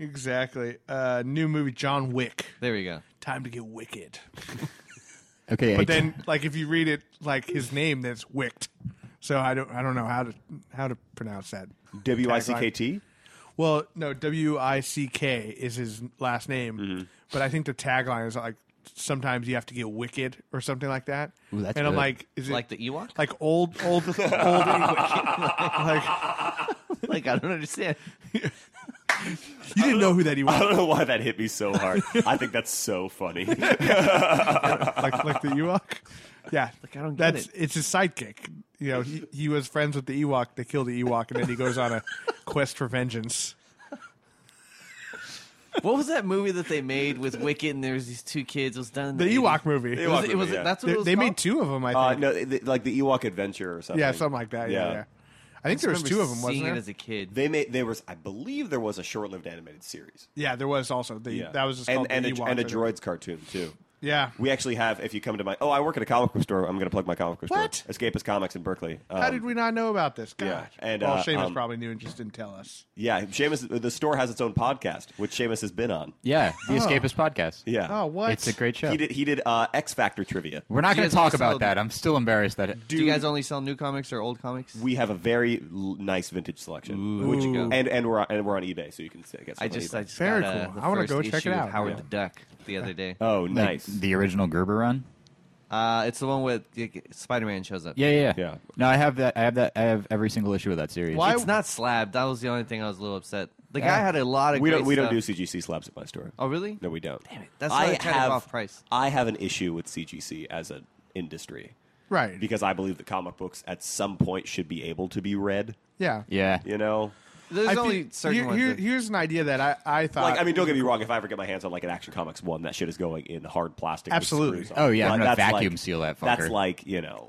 Exactly. Uh new movie John Wick.
There we go.
Time to get wicked.
Okay.
But
I-
then like if you read it like his name that's wicked. So I don't I don't know how to how to pronounce that.
W i c k t.
Well, no, W I C K is his last name,
Mm-hmm.
but I think the tagline is like sometimes you have to get wicked or something like that.
Ooh, that's
and I'm
good.
like, is it
Like the Ewok?
like old old old English? like
Like I don't understand.
you didn't know who that he
I
was.
don't know why that hit me so hard. I think that's so funny.
like like the Ewok. Yeah,
Like, I don't get
That's
it.
it's his sidekick. You know, he, he was friends with the Ewok. They kill the Ewok, and then he goes on a quest for vengeance.
What was that movie that they made with Wicked and there was these two kids? It was done in
The
the, Uh,
Ewok
80s.
movie.
It was,
Ewok
it was,
movie, yeah.
That's what
they
it was
they made
called?
two of them. I think.
Uh, no, th- like the Ewok Adventure or something.
Yeah, something like that. Yeah, yeah. I think there was
remember
two of them, wasn't
seeing
there?
it as a kid.
They made there was I believe there was a short-lived animated series.
yeah, there was also. The, That was just
and
called
and
the
a,
Ewoks,
and a
I think.
droids cartoon too.
Yeah.
We actually have. If you come to my oh, I work at a comic book store. I'm going to plug my comic book
What?
store, Escapist Comics in Berkeley.
How
Um,
did we not know about this? God.
yeah, and,
well,
uh,
Seamus
um,
probably knew and just didn't tell us.
Yeah, Seamus. The store has its own podcast, which Seamus has been on.
Yeah, the Escapist podcast.
Yeah.
Oh, what?
It's a great show.
He did. He did uh, X Factor trivia.
We're not
Do you
going to
guys
talk
also-
about that. I'm still embarrassed that it,
Do you guys only sell new comics or old comics?
We have a very l- nice vintage selection, which
Ooh.
and and we're on, and we're on eBay, so you can s- get. Stuff
I
on
just
eBay.
I just
Very
got, uh,
cool.
the
I wanna
first
go check it
issue of
out.
Howard
Yeah.
the Duck the other day.
oh,
like,
nice.
the original Gerber run.
Uh, it's the one with Spider Man shows up.
Yeah, yeah, yeah,
Yeah.
No, I have that. I have that. I have every single issue of that series.
Why-
It's-
It's not slabbed. That was the only thing I was a little upset. The guy had a lot of.
we
great
don't we
stuff.
don't do CGC slabs at my store.
Oh really?
No, we don't. Damn
it. That's why I tried to go off price.
I have an issue with CGC as an industry
Right.
because I believe that comic books at some point should be able to be read.
yeah.
yeah.
You know,
There's
I feel-
only certain
here-
ones.
here-
that-
here's an idea that I, I thought.
like I mean, don't get
Uh,
me wrong. If I ever get my hands on like an Action Comics one, that shit is going in hard plastic. with
Absolutely.
screws on
Oh
it.
yeah, I'm
Like,
gonna
that's
vacuum
like-
seal that fucker.
That's like you know.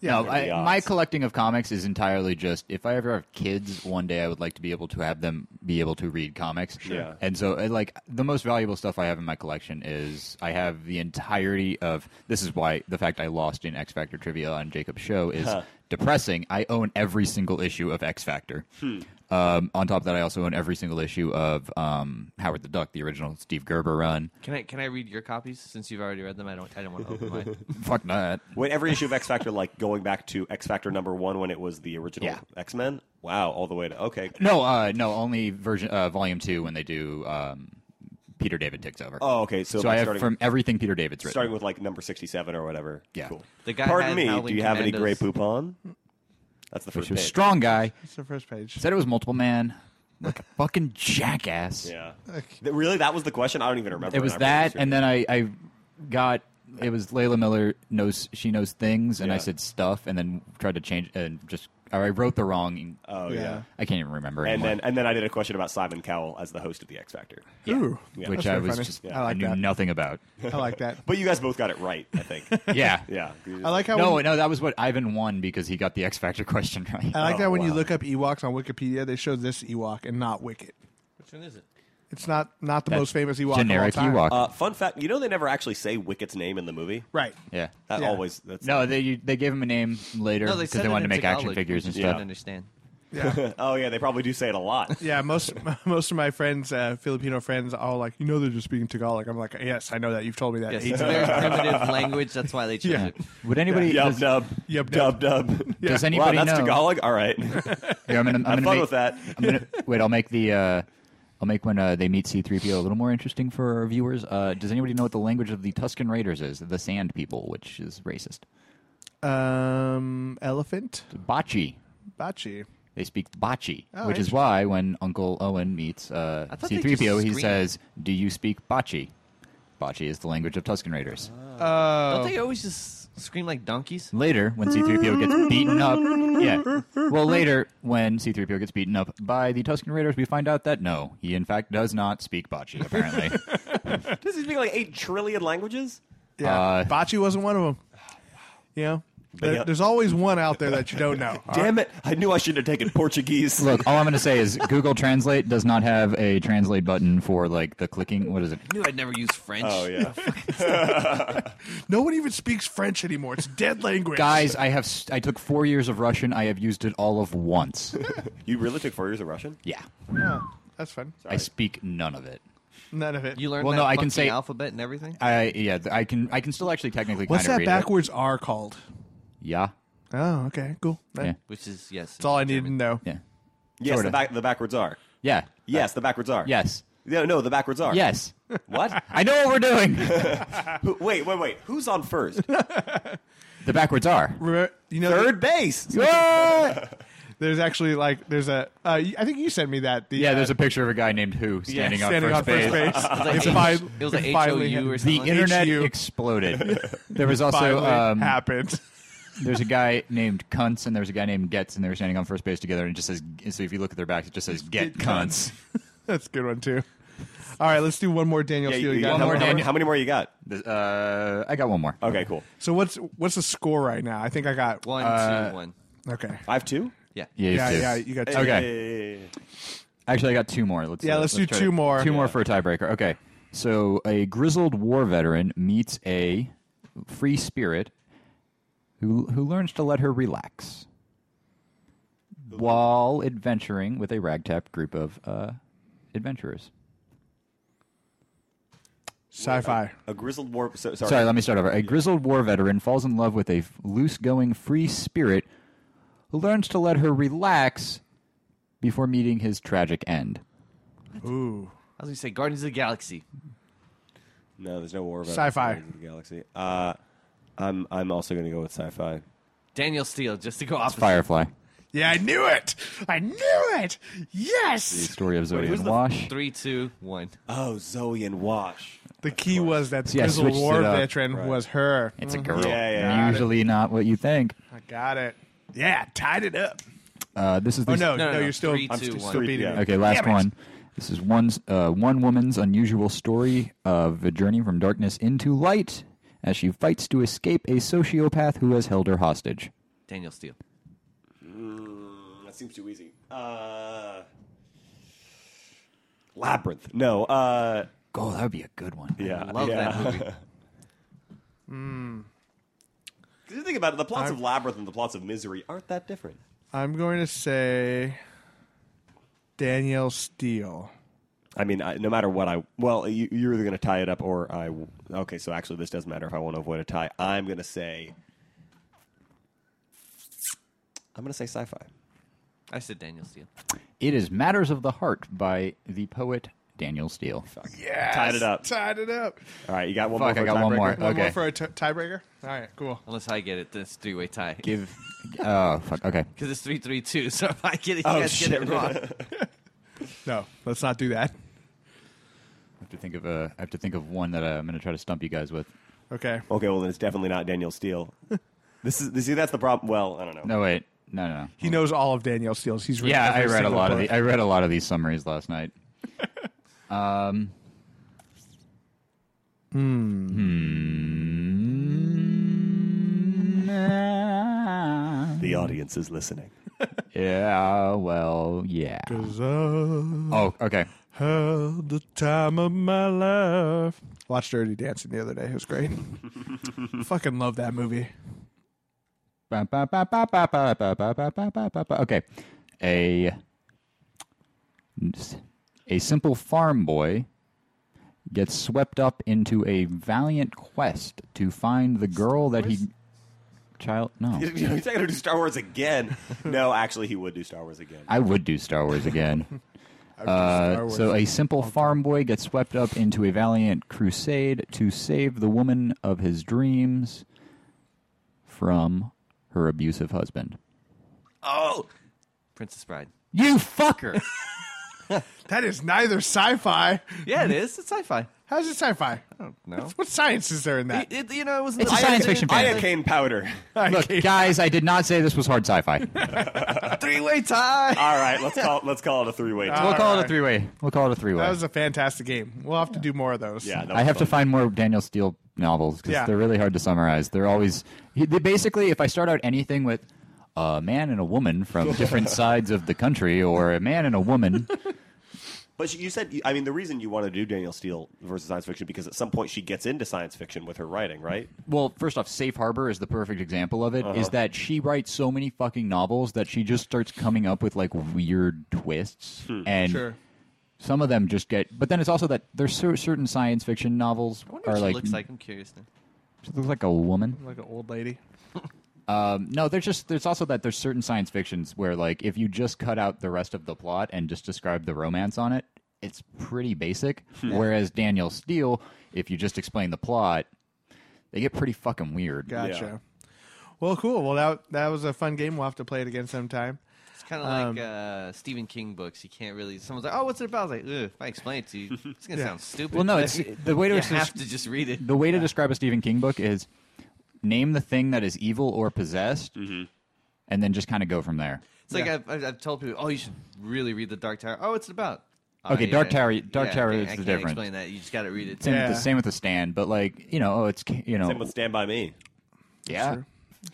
yeah,
no,
they're the
I, my
odds.
collecting of comics is entirely just if I ever have kids one day, I would like to be able to have them be able to read comics.
Yeah.
And so, uh, like, the most valuable stuff I have in my collection is I have the entirety of this is why the fact I lost in X Factor trivia on Jacob's show is depressing. I own every single issue of X Factor. Um, on top of that, I also own every single issue of um, Howard the Duck, the original Steve Gerber run.
can I can I read your copies since you've already read them? I don't I don't want to open mine.
Fuck that.
When every issue of X Factor, like going back to X Factor number one when it was the original
Yeah.
X Men. Wow, all the way to okay.
No, uh, no, only version uh, volume two when they do um, Peter David takes over.
Oh, okay. So,
so
like,
I have
starting,
from everything Peter David's written.
starting with like number sixty-seven or whatever.
Yeah.
Cool.
The guy
Pardon
had
me.
Howling
Do you have any
Commandos.
gray poupon? That's the first
She was
page.
strong guy.
it's the first page.
Said it was multiple man. Like a fucking jackass.
Yeah. Th- Really, that was the question. I don't even remember.
It was
when I
that,
read this
and
earlier.
then I, I got it was Layla Miller knows she knows things, and I
Yeah.
said stuff, and then tried to change and just or I wrote the wrong.
Oh yeah.
Yeah.
I can't even remember.
And
anymore,
then and then I did a question about Simon Cowell as the host of the X Factor.
Ooh,
Yeah.
which
that's
I
very
was
funny.
just
I like
knew
that.
nothing about.
I like that.
But you guys both got it right, I think.
Yeah.
yeah.
I like how
No,
when,
no, that was what Ivan won because he got the X Factor question right.
I like that
Oh,
when you
wow.
look up Ewoks on Wikipedia, they show this Ewok and not Wicket.
Which one is it?
It's not not the
That
most famous Ewok.
generic
of all time.
Ewok.
Uh, fun fact: You know they never actually say Wicket's name in the movie.
Right.
yeah.
That
Yeah.
always that's
No, they you- they gave him a name later
No, they
because
said
they
it
wanted to
in
make action
Tagalog.
figures and
We just
stuff.
Didn't understand.
Yeah.
Oh yeah, they probably do say it a lot.
Yeah, most most of my friends, uh, Filipino friends, are all like, you know, they're just speaking Tagalog. I'm like, yes, I know that. You've told me that.
Yes,
eight
it's a
times."
very primitive language. That's why they chose
Uh, Yeah.
it.
Would anybody?
Yub
does,
dub,
Yub
dub dub.
Yeah.
does
wow,
anybody
that's
know?
Tagalog. All right,
Here, I'm gonna, I'm
have
gonna
fun
make,
with that.
I'm gonna, wait, I'll make the uh, I'll make when uh, they meet C-3PO a little more interesting for our viewers. Uh, does anybody know what the language of the Tuscan Raiders is? The Sand People, which is racist.
Um, elephant,
Bachi.
bachi.
They speak Bachi,
Oh,
which is
interesting.
why when Uncle Owen meets uh,
I thought they just
C-3PO, he
scream.
says, "Do you speak Bachi?" Bachi is the language of Tuscan Raiders.
Oh.
Don't they always just scream like donkeys?
Later, when C-3PO gets beaten up, yeah. Well, later, when C-3PO gets beaten up by the Tusken Raiders, we find out that no, he in fact does not speak Bocce, apparently.
Does he speak like eight trillion languages?
Yeah,
Uh,
bachi wasn't one of them. You know, there-
yeah.
there's always one out there that you don't know.
Damn it! I knew I shouldn't have taken Portuguese.
Look, all I'm going to say is Google Translate does not have a translate button for, like, the clicking. What is it?
I knew I'd never use French.
Oh yeah,
No one even speaks French anymore. It's a dead language.
Guys, I have s- I took four years of Russian. I have used it all of once.
you really took four years of Russian?
Yeah.
Oh, that's fun.
I speak none of it.
None of it.
You learned
Well,
that
no, I can
fucking
say-
alphabet and everything.
I yeah, th- I can I can still actually technically
What's
kind of
that
read
backwards R called?
It. Yeah.
Oh, okay, cool. That-
Yeah.
Which is yes.
That's all I needed to know.
Yeah.
Yes,
Sorta.
the, back, the backwards are.
Yeah.
Yes, the backwards are.
Yes.
No, no, the backwards are.
Yes.
What?
I know what we're doing.
Who, wait, wait, wait. Who's on first?
the backwards are.
Remember- you know,
Third base.
there's actually like there's a. Uh, I think you sent me that. The,
Yeah,
uh,
there's a picture of a guy named Who standing,
standing
on, first
It was
base.
like,
It's
H-
fine-
it was like
it finally
HOU or
happened.
The
something. like that.
internet
HU.
exploded. There was also
Finally
um,
happened.
there's a guy named Cunts and there's a guy named Gets and they were standing on first base together and it just says so if you look at their backs it just says Get, Cunts.
That's a good one too. All right, let's do one more Daniel
Yeah,
Steele.
you-
You
you-
got
how,
one more,
how-
Daniel.
how many more you got?
Th- Uh, I got one more.
Okay, cool.
So what's what's the score right now? I think I got
One, two,
uh,
one.
Okay,
I have two.
Yeah.
Yeah, you
Yeah,
too.
yeah, you got two.
Okay.
Hey.
Actually, I got two more. Let's
Yeah, let's do
try
two
to-
more.
Two more
Yeah.
for a tiebreaker. Okay. So a grizzled war veteran meets a free spirit who who learns to let her relax while adventuring with a ragtap group of uh, adventurers.
Sci-fi.
A grizzled war. So, sorry.
Sorry. let me start over. A grizzled war veteran falls in love with a loose going free spirit who learns to let her relax before meeting his tragic end.
Ooh.
I was gonna say Guardians of the Galaxy.
No, there's no war. About
Sci-fi.
Guardians of the Galaxy. Uh, I'm I'm also going to go with sci-fi.
Daniel Steele, just to go off.
Firefly.
Yeah, I knew it. I knew it.
The
Yes.
story of Zoe
Who's
and
the
Wash.
three, two, one?
Oh, Zoe and Wash.
The key was that the
Yeah,
grizzled
switched
war
it up.
veteran
Right.
was her.
It's a girl.
Yeah, yeah.
Usually not what you think.
I got it. Yeah, tied it up.
Uh, this is the
Oh no, no,
no, no,
you're still,
three,
I'm
two,
still,
one.
still beating
Yeah.
it.
okay. Last
Damn it.
one. This is one uh, one woman's unusual story of a journey from darkness into light as she fights to escape a sociopath who has held her hostage.
Daniel Steele.
Mm, that seems too easy. Uh, Labyrinth. No. Uh,
Oh, that would be a good one.
yeah.
Love
yeah.
that movie. Hmm.
If you think about it, the plots of Labyrinth and the plots of Misery aren't that different.
I'm going to say Danielle Steele.
I mean, I, no matter what I well, you, you're either going to tie it up or I. w- Okay, so actually, this doesn't matter if I want to avoid a tie. I'm going to say. I'm going to say sci-fi.
I said Daniel Steele.
It is Matters of the Heart by the poet Daniel Steele.
Yeah,
Tied it up.
Tied it up.
All right, you got one
Fuck,
more.
I
for a
got one
tiebreaker?
more.
One
Okay.
more for a t- tiebreaker. All right, cool.
Unless I get it, then it's three way tie.
Give. Oh fuck. Okay.
Because it's three, three, two. So if I get it, you
Oh,
guys get
shit.
it wrong.
No, let's not do that.
I have to think of uh, I have to think of one that uh, I'm going to try to stump you guys with.
Okay.
Okay, well then it's definitely not Daniel Steele. this is see that's the problem. Well, I don't know.
No wait. No no.
He knows all of Danielle Steele's. He's written
Yeah, I
every
read a
single
lot of
book.
the, I read a lot of these summaries last night. um, hmm.
The audience is listening.
Yeah. Well. Yeah.
'Cause I
Oh. Okay.
had the time of my life. Watched Dirty Dancing the other day. It was great. Fucking love that movie.
Ba, ba, ba, ba, ba, ba, ba, ba, ba, ba, ba, ba, ba. Okay. A a simple farm boy gets swept up into a valiant quest to find the girl that he child no.
He's not going to do Star Wars again. no, actually, he would do Star Wars again.
I would do Star Wars again.
I would do
Uh,
Star Wars.
so a simple farm boy gets swept up into a valiant crusade to save the woman of his dreams from her abusive husband.
Oh! Princess Bride.
You fucker!
that is neither sci-fi.
Yeah,
Mm-hmm.
it is. It's sci fi.
How's it sci-fi?
No.
What science is there in that?
It, it- you know, it was
It's
the
a science fiction fantasy.
Iocane powder.
Look, guys, I did not say this was hard sci-fi. we'll
Three way tie.
All right, let's call let's call it a three way. tie.
All
call it
right.
a three-way. We'll call it a three-way.
That was a fantastic game. We'll have to do more of those.
yeah, that
I
was
have to
fun.
find more Daniel Steele novels because
Yeah.
they're really hard to summarize. They're always he- they basically if I start out anything with a man and a woman from different sides of the country or a man and a woman,
But you said, I mean, the reason you want to do Daniel Steele versus science fiction because at some point she gets into science fiction with her writing, right?
well, first off, Safe Harbor is the perfect example of it. Is that she writes so many fucking novels that she just starts coming up with like weird twists and
Sure.
some of them just get but then it's also that there's cer- certain science fiction novels
I wonder
are
what she
like
looks like. I'm curious now.
She looks like a woman.
Like an old lady.
No, there's just there's also that there's certain science fictions where like if you just cut out the rest of the plot and just describe the romance on it, it's pretty basic. Whereas Daniel Steele, if you just explain the plot, they get pretty fucking weird.
Gotcha. Well, cool. Well, that that was a fun game. We'll have to play it again sometime.
It's kind of
Um,
like uh, Stephen King books. You can't really. Someone's like, "Oh, what's it about?" I was like, Ugh, if I explain it to you, it's gonna
Yeah.
sound stupid.
Well, no, it's the way to
you
it's just-
have to just read it.
the way to describe a Stephen King book is name the thing that is evil or possessed, and then just kind of go from there.
It's like
Yeah.
I've, I've, I've told people, "Oh, you should really read the Dark Tower." Oh, what's it about? Oh,
Okay,
yeah,
Dark Tower- Dark
yeah,
Tower
I
is
can't- I
the
can't
difference.
Explain that. You just got to read it.
Same with
Yeah.
the same with the stand, but like you know, oh, it's you know,
Same with Stand By Me.
yeah,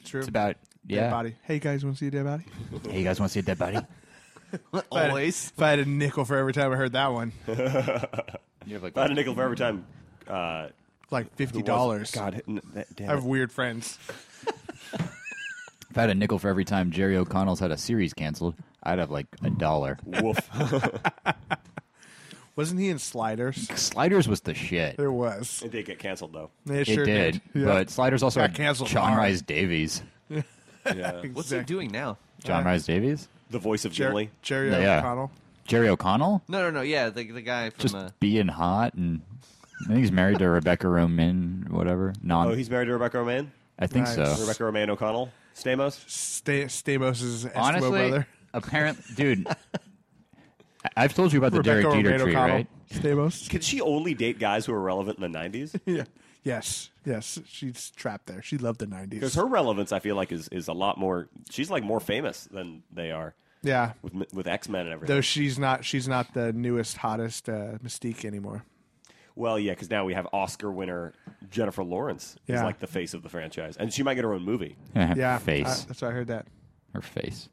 True.
It's about
Dead
yeah.
body. Hey guys, want to see a dead body?
Hey, you guys want to see a dead body?
Always.
If I had a nickel for every time I heard that one,
you have like
I had a nickel for every time. Uh,
like
who
fifty
was-
dollars.
God, n- that- damn
I have
it.
weird friends.
If I had a nickel for every time Jerry O'Connell's had a series canceled, I'd have like a dollar.
Woof.
Wasn't he in Sliders?
Sliders was the shit.
There was.
it did get canceled though.
It,
It
sure
did,
Yeah.
but Sliders also
Got
had
canceled
John
hard.
Rhys Davies.
Yeah.
What's
Exactly.
he doing now?
John Rhys Davies,
the voice of
Jer-
Gimli.
Jerry
No, yeah.
O'Connell.
Jerry O'Connell,
No, no, no. Yeah, the, the guy from.
just
uh,
being hot, and I think he's married to Rebecca Roman, whatever. Non,
Oh, he's married to Rebecca Romaine.
I think
Nice.
so.
Rebecca Romaine O'Connell. Stamos.
Sta- Stamos' Eskimo
Honestly,
brother.
apparently, dude, I- I've told you about the
Rebecca
Derek Jeter
Romaine
tree,
O'Connell.
right?
Stamos.
Could she only date guys who are relevant in the '90s?
yeah. Yes. Yes. She's trapped there. She loved the nineties.
Because her relevance, I feel like, is is a lot more. She's like more famous than they are
yeah.
with m- with X Men and everything.
Though she's not. She's not the newest, hottest uh, Mystique anymore.
well, yeah, because now we have Oscar winner Jennifer Lawrence is
Yeah.
like the face of the franchise, and she might get her own movie.
Yeah. Uh,
face,
I- that's why I heard that.
her face.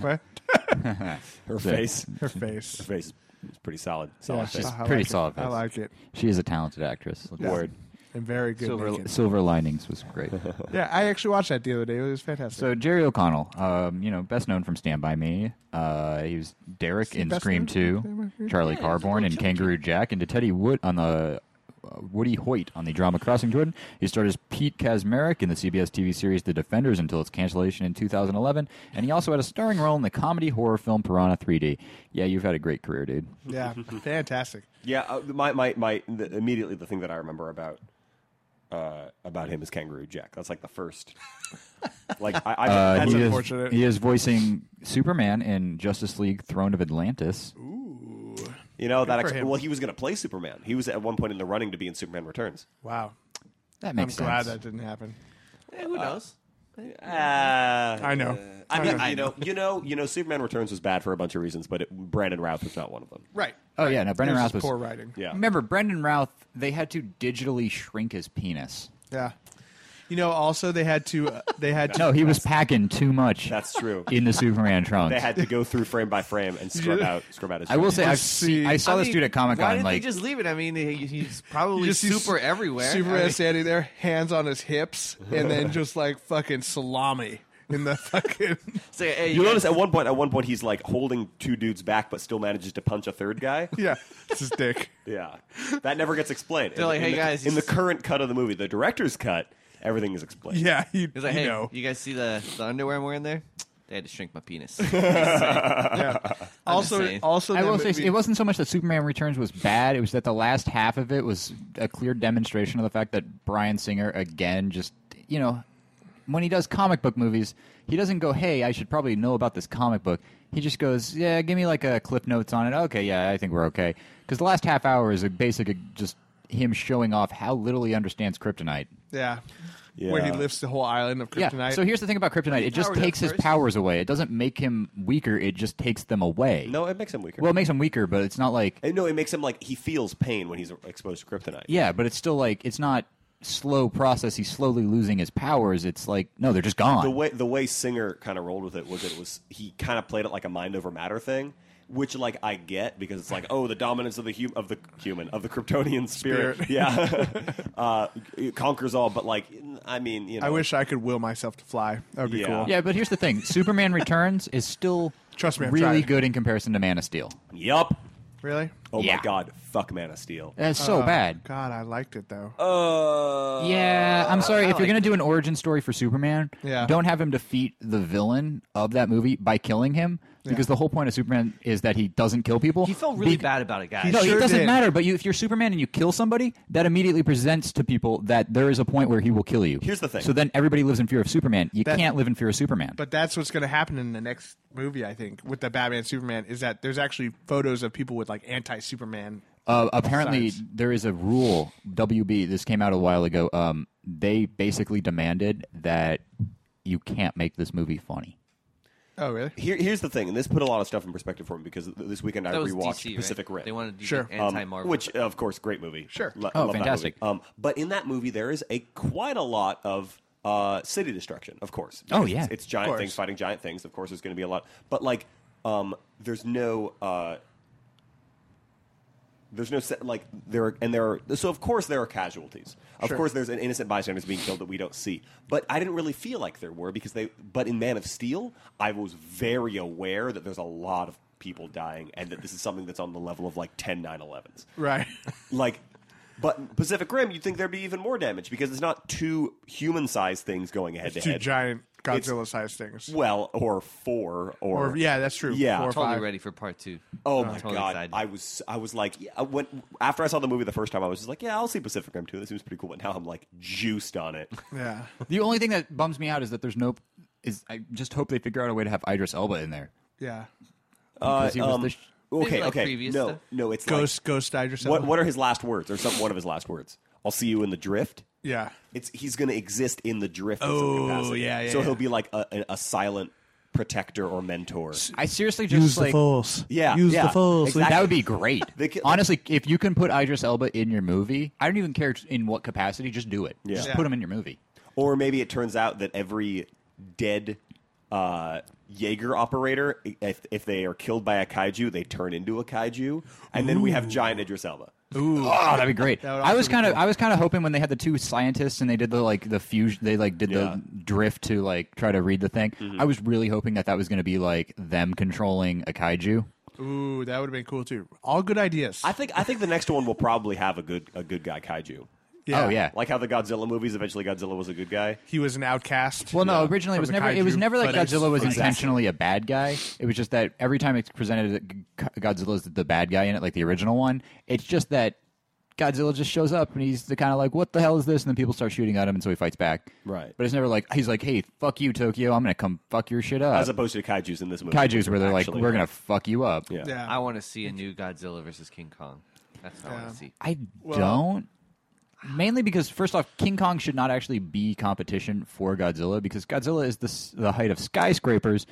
What?
Her face,
Her face.
her face is pretty solid. Solid
Yeah,
face.
I
pretty
like it.
solid
I
face.
like it.
She is a talented actress.
Yeah.
Word.
And very good.
Silver,
naked.
Silver Linings was great.
Yeah, I actually watched that the other day. It was fantastic.
So Jerry O'Connell, um, you know, best known from Stand by Me. Uh, he was Derek in
best
Scream
known from
Two,
Stand By Me?
Charlie
Yeah,
Carborn in
he's a
Kangaroo Jack, and to Teddy Wood on the uh, Woody Hoyt on the drama Crossing Jordan. He starred as Pete Kazmarek in the CBS TV series The Defenders until its cancellation in 2011, and he also had a starring role in the comedy horror film Piranha 3D. Yeah, you've had a great career, dude.
yeah, fantastic.
Yeah, uh, my my my the, immediately the thing that I remember about uh, about him is Kangaroo Jack. That's like the first. like I, I
Uh,
that's
he,
a-
unfortunate.
is, he is voicing Superman in Justice League: Throne of Atlantis.
you know that
for
ex-
him.
well he was going to play Superman. He was at one point in the running to be in Superman Returns.
Wow.
That makes
I'm
sense.
glad that didn't happen.
eh, who knows?
Uh,
I know.
I mean,
know.
you know, you know, you know, Superman Returns was bad for a bunch of reasons, but it, Brandon Routh was not one of them.
Right.
Oh yeah, no, Brendan
It was
Routh
just
was
poor writing.
Yeah,
Remember, Brendan Routh, they had to digitally shrink his penis.
Yeah. You know, also they had to. Uh, they had to.
No, he was packing too much
that's true.
in the Superman trunks.
they had to go through frame by frame and scrub out, scrub out his.
I will say, I've
Let's see.
seen, I saw
I
this
mean,
dude at Comic
Why
Con.
didn't
Like,
they just leave it? I mean, he, he's probably
just see
super everywhere.
Superman
I mean,
standing there, hands on his hips, and then just like fucking salami in the fucking.
say, hey,
You
guys-
notice at one point, at one point, he's like holding two dudes back, but still manages to punch a third guy.
yeah, it's his dick.
Yeah, that never gets explained.
They're like,
in
"Hey,
the,
guys,
in the
he's-
current cut of the movie, the director's cut, everything is explained.
Yeah, you,
He's like,
you
hey,
know.
you guys see the, the underwear I'm wearing there? They had to shrink my penis.
also,
saying.
also,
I
the
will say,
movie-
it wasn't so much that Superman Returns was bad; it was that the last half of it was a clear demonstration of the fact that Brian Singer, again, just you know, when he does comic book movies, he doesn't go, "Hey, I should probably know about this comic book." He just goes, "Yeah, give me like a clip notes on it." Okay, yeah, I think we're okay. Because the last half hour is a basic just him showing off how little he understands kryptonite.
yeah.
Yeah.
where he lifts the whole island of kryptonite.
Yeah. So here's the thing about kryptonite: it just
powered up
takes his
first.
powers away. It doesn't make him weaker. It just takes them away.
No, it makes him weaker.
Well, it makes him weaker, but it's not like
And no, it makes him like he feels pain when he's exposed to kryptonite.
yeah, but it's still like it's not slow process. He's slowly losing his powers. It's like no, they're just gone.
the way the way Singer kind of rolled with it was it was he kind of played it like a mind over matter thing, which like I get because it's like oh the dominance of the hum- of the human of the Kryptonian spirit,
Spirit.
yeah uh, it conquers all. But like I mean you know
I wish I could will myself to fly. That would be
Yeah.
cool.
yeah, but here's the thing: Superman Returns is still
Trust me, I've
really
tried.
good in comparison to Man of Steel.
yup
Really? Uh,
oh
Yeah.
my god fuck Man of Steel
That's
Oh,
so bad.
God, I liked it though.
uh
Yeah, I'm sorry.
I
if you're
like
gonna do an origin story for Superman,
Yeah.
don't have him defeat the villain of that movie by killing him, because the whole point of Superman is that he doesn't kill people.
he felt really
Be-
bad about it, guys.
No,
sure
it doesn't
did.
matter. But you, if you're Superman and you kill somebody, that immediately presents to people that there is a point where he will kill you.
Here's the thing.
So then everybody lives in fear of Superman. You
That-
can't live in fear of Superman.
But that's what's going to happen in the next movie, I think, with the Batman Superman. Is that there's actually photos of people with like anti-Superman.
Uh, apparently,
Science.
there is a rule. WB. This came out a while ago. Um, they basically demanded that you can't make this movie funny.
Oh, really?
Here, here's the thing, and this put a lot of stuff in perspective for me because th- this weekend I
that was
rewatched
DC, right?
Pacific Rim.
They wanted to do
Sure.
sure.
Um,
anti-Marvel.
which of course, great movie.
Sure.
Lo-
Oh,
love that
fantastic.
movie. Um, but in that movie, there is a quite a lot of Uh, city destruction, of course.
Oh,
Because
yeah.
it's, it's giant
course.
things fighting giant things. Of course, there's going to be a lot, but like, um, there's no. Uh, there's no set, like there are, and there are so of course there are casualties. Of
Sure.
course there's an innocent bystanders being killed that we don't see. But I didn't really feel like there were because they. But in Man of Steel, I was very aware that there's a lot of people dying and that this is something that's on the level of like 10 9-11s.
Right.
Like, but Pacific Rim, you'd think there'd be even more damage because it's not two human-sized things going head to
Two
head.
giant Godzilla-sized things.
Well, or four, or,
Or yeah, that's true.
Yeah.
Four or
Totally
five.
ready for part two.
Oh
I'm
my
totally
god!
excited.
I was I was like yeah, I went, after I saw the movie the first time I was just like yeah I'll see Pacific Rim 2 this seems pretty cool but now I'm like juiced on it.
Yeah.
The only thing that bums me out is that there's no. Is I just hope they figure out a way to have Idris Elba in there.
Yeah.
Uh,
Because he was
um,
the sh-
okay,
Maybe, like,
okay,
previous
no,
stuff?
no, it's
Ghost, ghost Idris
Like, what
Elba.
what are his last words or some one of his last words? I'll see you in the drift.
Yeah.
It's he's going to exist in the drift. in some
Oh,
capacity.
yeah, yeah,
So
yeah.
he'll be like a, a, a silent protector or mentor.
I seriously just like
force.
Yeah, Use the yeah, force. exactly.
that would be great.
They could-
Honestly, if you can put Idris Elba in your movie, I don't even care in what capacity. Just do it. Just
Yeah.
put him in your movie.
Or maybe it turns out that every dead uh, Jaeger operator, if, if they are killed by a kaiju, they turn into a kaiju, and then we have giant Idris Elba.
Ooh, oh, that'd be great.
would
I
also
was
be
kind of, I was kind of hoping when they had the two scientists and they did the like the fusion, they like did
Yeah.
the drift to like try to read the thing. I was really hoping that that was going to be like them controlling a kaiju.
Ooh, that would have been cool too. All good ideas.
I think I think the next one will probably have a good a good guy kaiju,
Oh yeah.
like how the Godzilla movies. Eventually, Godzilla was a good guy.
he was an outcast.
Well, no. Originally, it
From
was
the
never. It was
kaiju
never like
footage.
Godzilla was
Exactly.
intentionally a bad guy. It was just that every time it's presented that G- Godzilla's the bad guy in it, like the original one, it's just that Godzilla just shows up and he's the kind of like, "What the hell is this?" And then people start shooting at him, and so he fights back.
Right.
But it's never like he's like, "Hey, fuck you, Tokyo. I'm gonna come fuck your shit up."
As opposed to kaiju's in this movie,
Kaiju's where they're like,
actually-
"We're gonna fuck you up."
yeah.
Yeah.
I want to see a new Godzilla versus King Kong. That's what I want to see.
I don't. Mainly because first off, King Kong should not actually be competition for Godzilla because Godzilla is the s- the height of skyscrapers.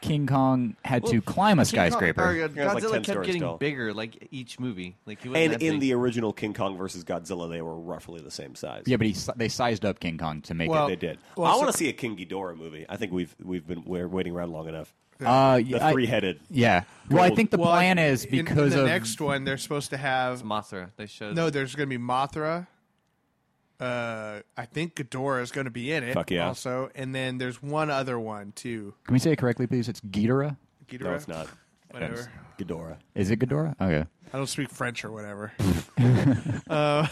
King Kong had to climb a skyscraper.
Or, uh,
Yeah, it was like
Godzilla
10
kept
stories
getting
tall.
bigger, like each movie. Like he wasn't
And
that
in
big.
the original King Kong versus Godzilla, they were roughly the same size.
yeah, but he, si- they sized up King Kong to make
Well,
they did.
Well,
I
so-
want to see a King Ghidorah movie. I think we've we've been we're waiting around long enough.
it. Uh, yeah,
The
I-
three headed.
yeah. Well, I
Well,
think the
Well, I-
plan is
in- in
because
the
of
next one they're supposed to have.
Mothra, they showed.
No, there's going to be Mothra. Uh, I think Ghidorah is going to be in it.
Fuck yeah.
Also, and then there's one other one too.
Can we say it correctly, please? It's Ghidorah.
Ghidorah.
No, it's not.
Whatever.
Ghidorah.
Is it Ghidorah? Okay.
I don't speak French or whatever. uh,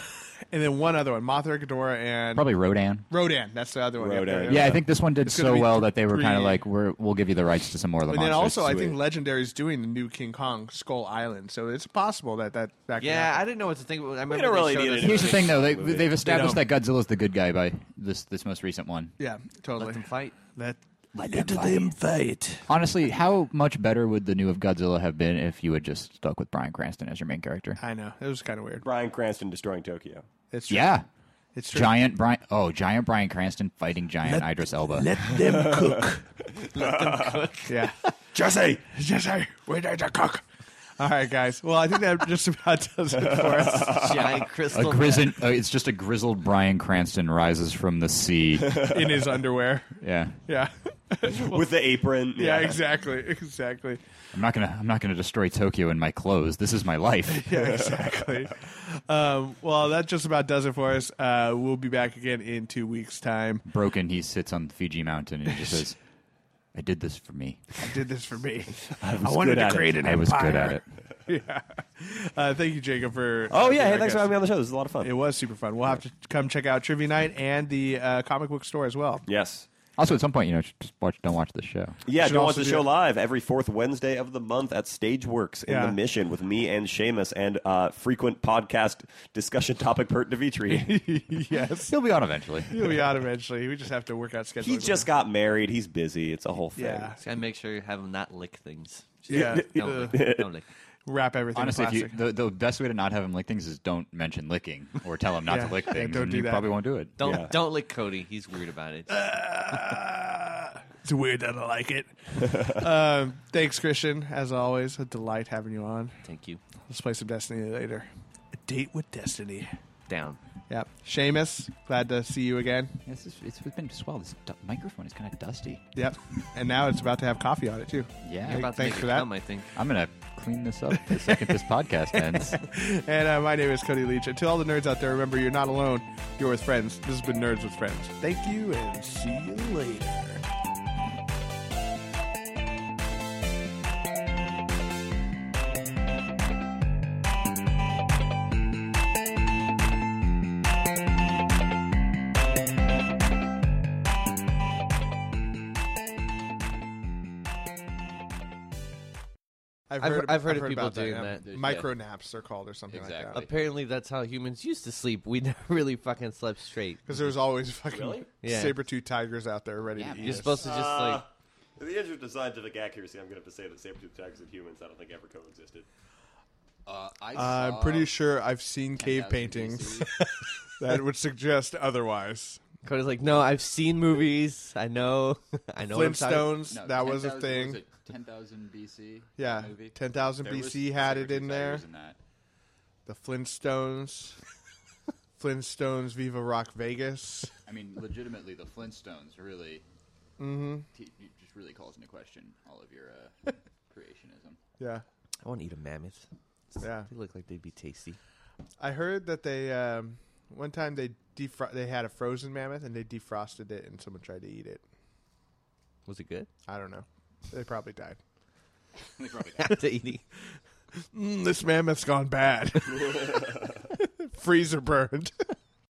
and then one other one, Mothra, Ghidorah, and
Probably Rodan.
Rodan. That's the other one.
Rodan.
Yeah, I think this one did
It's gonna
so
be
well
th-
that they were kind of
three-
like, we're, "We'll give you the rights to some more of the
And then
monsters."
also, I think
sweet.
Legendary's doing the new King Kong Skull Island, so it's possible that that, that could
yeah,
happen.
I didn't know what to think. I remember
don't
they
really
showed
need
us
it.
Here's the thing, though. They,
Movie.
they've established
They
that Godzilla's the good guy by this this most recent one.
yeah, totally.
Let them fight.
Let
Let them fight.
fight.
Honestly, how much better would the new of Godzilla have been if you had just stuck with Brian Cranston as your main character?
I know it was kind of weird.
Brian Cranston destroying Tokyo.
It's true.
Yeah,
it's true.
giant Brian. Oh, giant Brian Cranston fighting giant Idris Elba.
them cook. Let them cook.
Jesse.
Yeah. Just say, we need to cook. All right, guys. Well, I think that just about does it for us
Giant
a
crystal.
grizzled. Uh, it's just a grizzled Brian Cranston rises from the sea.
in his underwear.
yeah,
Yeah.
With the apron.
Yeah, exactly. Exactly.
I'm not gonna. I'm not gonna destroy Tokyo in my clothes. This is my life.
Yeah, exactly. um, well, that just about does it for us. Uh, we'll be back again in two weeks' time.
Broken. He sits on Fiji Mountain and he just says, "I did this for me.
I did this for me. I,
was
wanted
good
to
at it.
create an
I was good at it."
Uh, thank you, Jacob, for. uh,
Oh yeah,
being
hey,
our
thanks
guest.
for having me on the show. This is a lot of fun.
It was super fun. We'll have to come check out Trivia Night and the uh, comic book store as well.
yes.
Also, at some point, you know, just watch. Don't watch this show.
Yeah,
should
go watch
also
the
do
show
it.
live every fourth Wednesday of the month at Stageworks in
Yeah.
the Mission with me and Seamus and uh, frequent podcast discussion topic Pert Devitri.
yes.
He'll be on eventually.
He'll be out eventually. We just have to work out schedules.
he just got married. He's busy. It's a whole thing.
Yeah.
Just gotta make sure you have them not lick things. Just
Yeah.
Don't lick. Don't lick.
wrap everything
Honestly,
in
if you,
plastic.
the, the best way to not have him lick things is don't mention licking or tell him not
Yeah.
to lick
Yeah,
things.
don't
and
do
you
that.
probably won't do it.
Don't
Yeah.
don't lick Cody. He's weird about it.
Ah, it's weird that I like it. um, thanks, Christian. As always, a delight having you on.
Thank you.
Let's play some Destiny later. A date with Destiny.
Down.
Yeah. Seamus, glad to see you again.
This is, it's, it's been swell. This du- microphone is kind of dusty.
Yep. And now it's about to have coffee on it, too.
Yeah.
You're about to
Thanks
make
for
it
that.
Come, I think.
I'm gonna clean this up the second this podcast ends.
And uh, my name is Cody Leach. And to all the nerds out there, remember you're not alone. You're with friends. This has been Nerds with Friends. Thank you and see you later.
I've heard- I've heard of people
about
doing
yeah.
that. There's-
Micro naps, they're called, or something like
Exactly.
that.
Apparently, that's how humans used to sleep. We never really fucking slept straight.
Because there's always fucking
Yeah.
saber-tooth tigers out there ready
Yeah,
to eat
man.
You're
us.
supposed to just like.
In the interest of scientific accuracy, I'm going to have to say that saber-toothed tigers and humans, I don't think ever coexisted.
Uh, I
I'm
saw
pretty sure I've seen cave
10,000
paintings
BC.
that would suggest otherwise.
Cody's like, no, I've seen movies. I know. I know. what I'm talking-
Flintstones, that was a thing.
Ten thousand BC.
yeah,
Movie.
10,000
There was
BC had it in
saber-tooth
there.
tigers in that.
The Flintstones, Flintstones, Viva Rock Vegas.
I mean, legitimately, the Flintstones really.
Mm-hmm.
T- it just really calls into question all of your uh, creationism.
Yeah,
I want to eat a mammoth.
yeah.
They look like they'd be tasty.
I heard that they um, one time they defro- they had a frozen mammoth and they defrosted it and someone tried to eat it.
Was it good?
I don't know. They probably died.
They probably got
After eating.
Mm, this mammoth's gone bad. Freezer burned.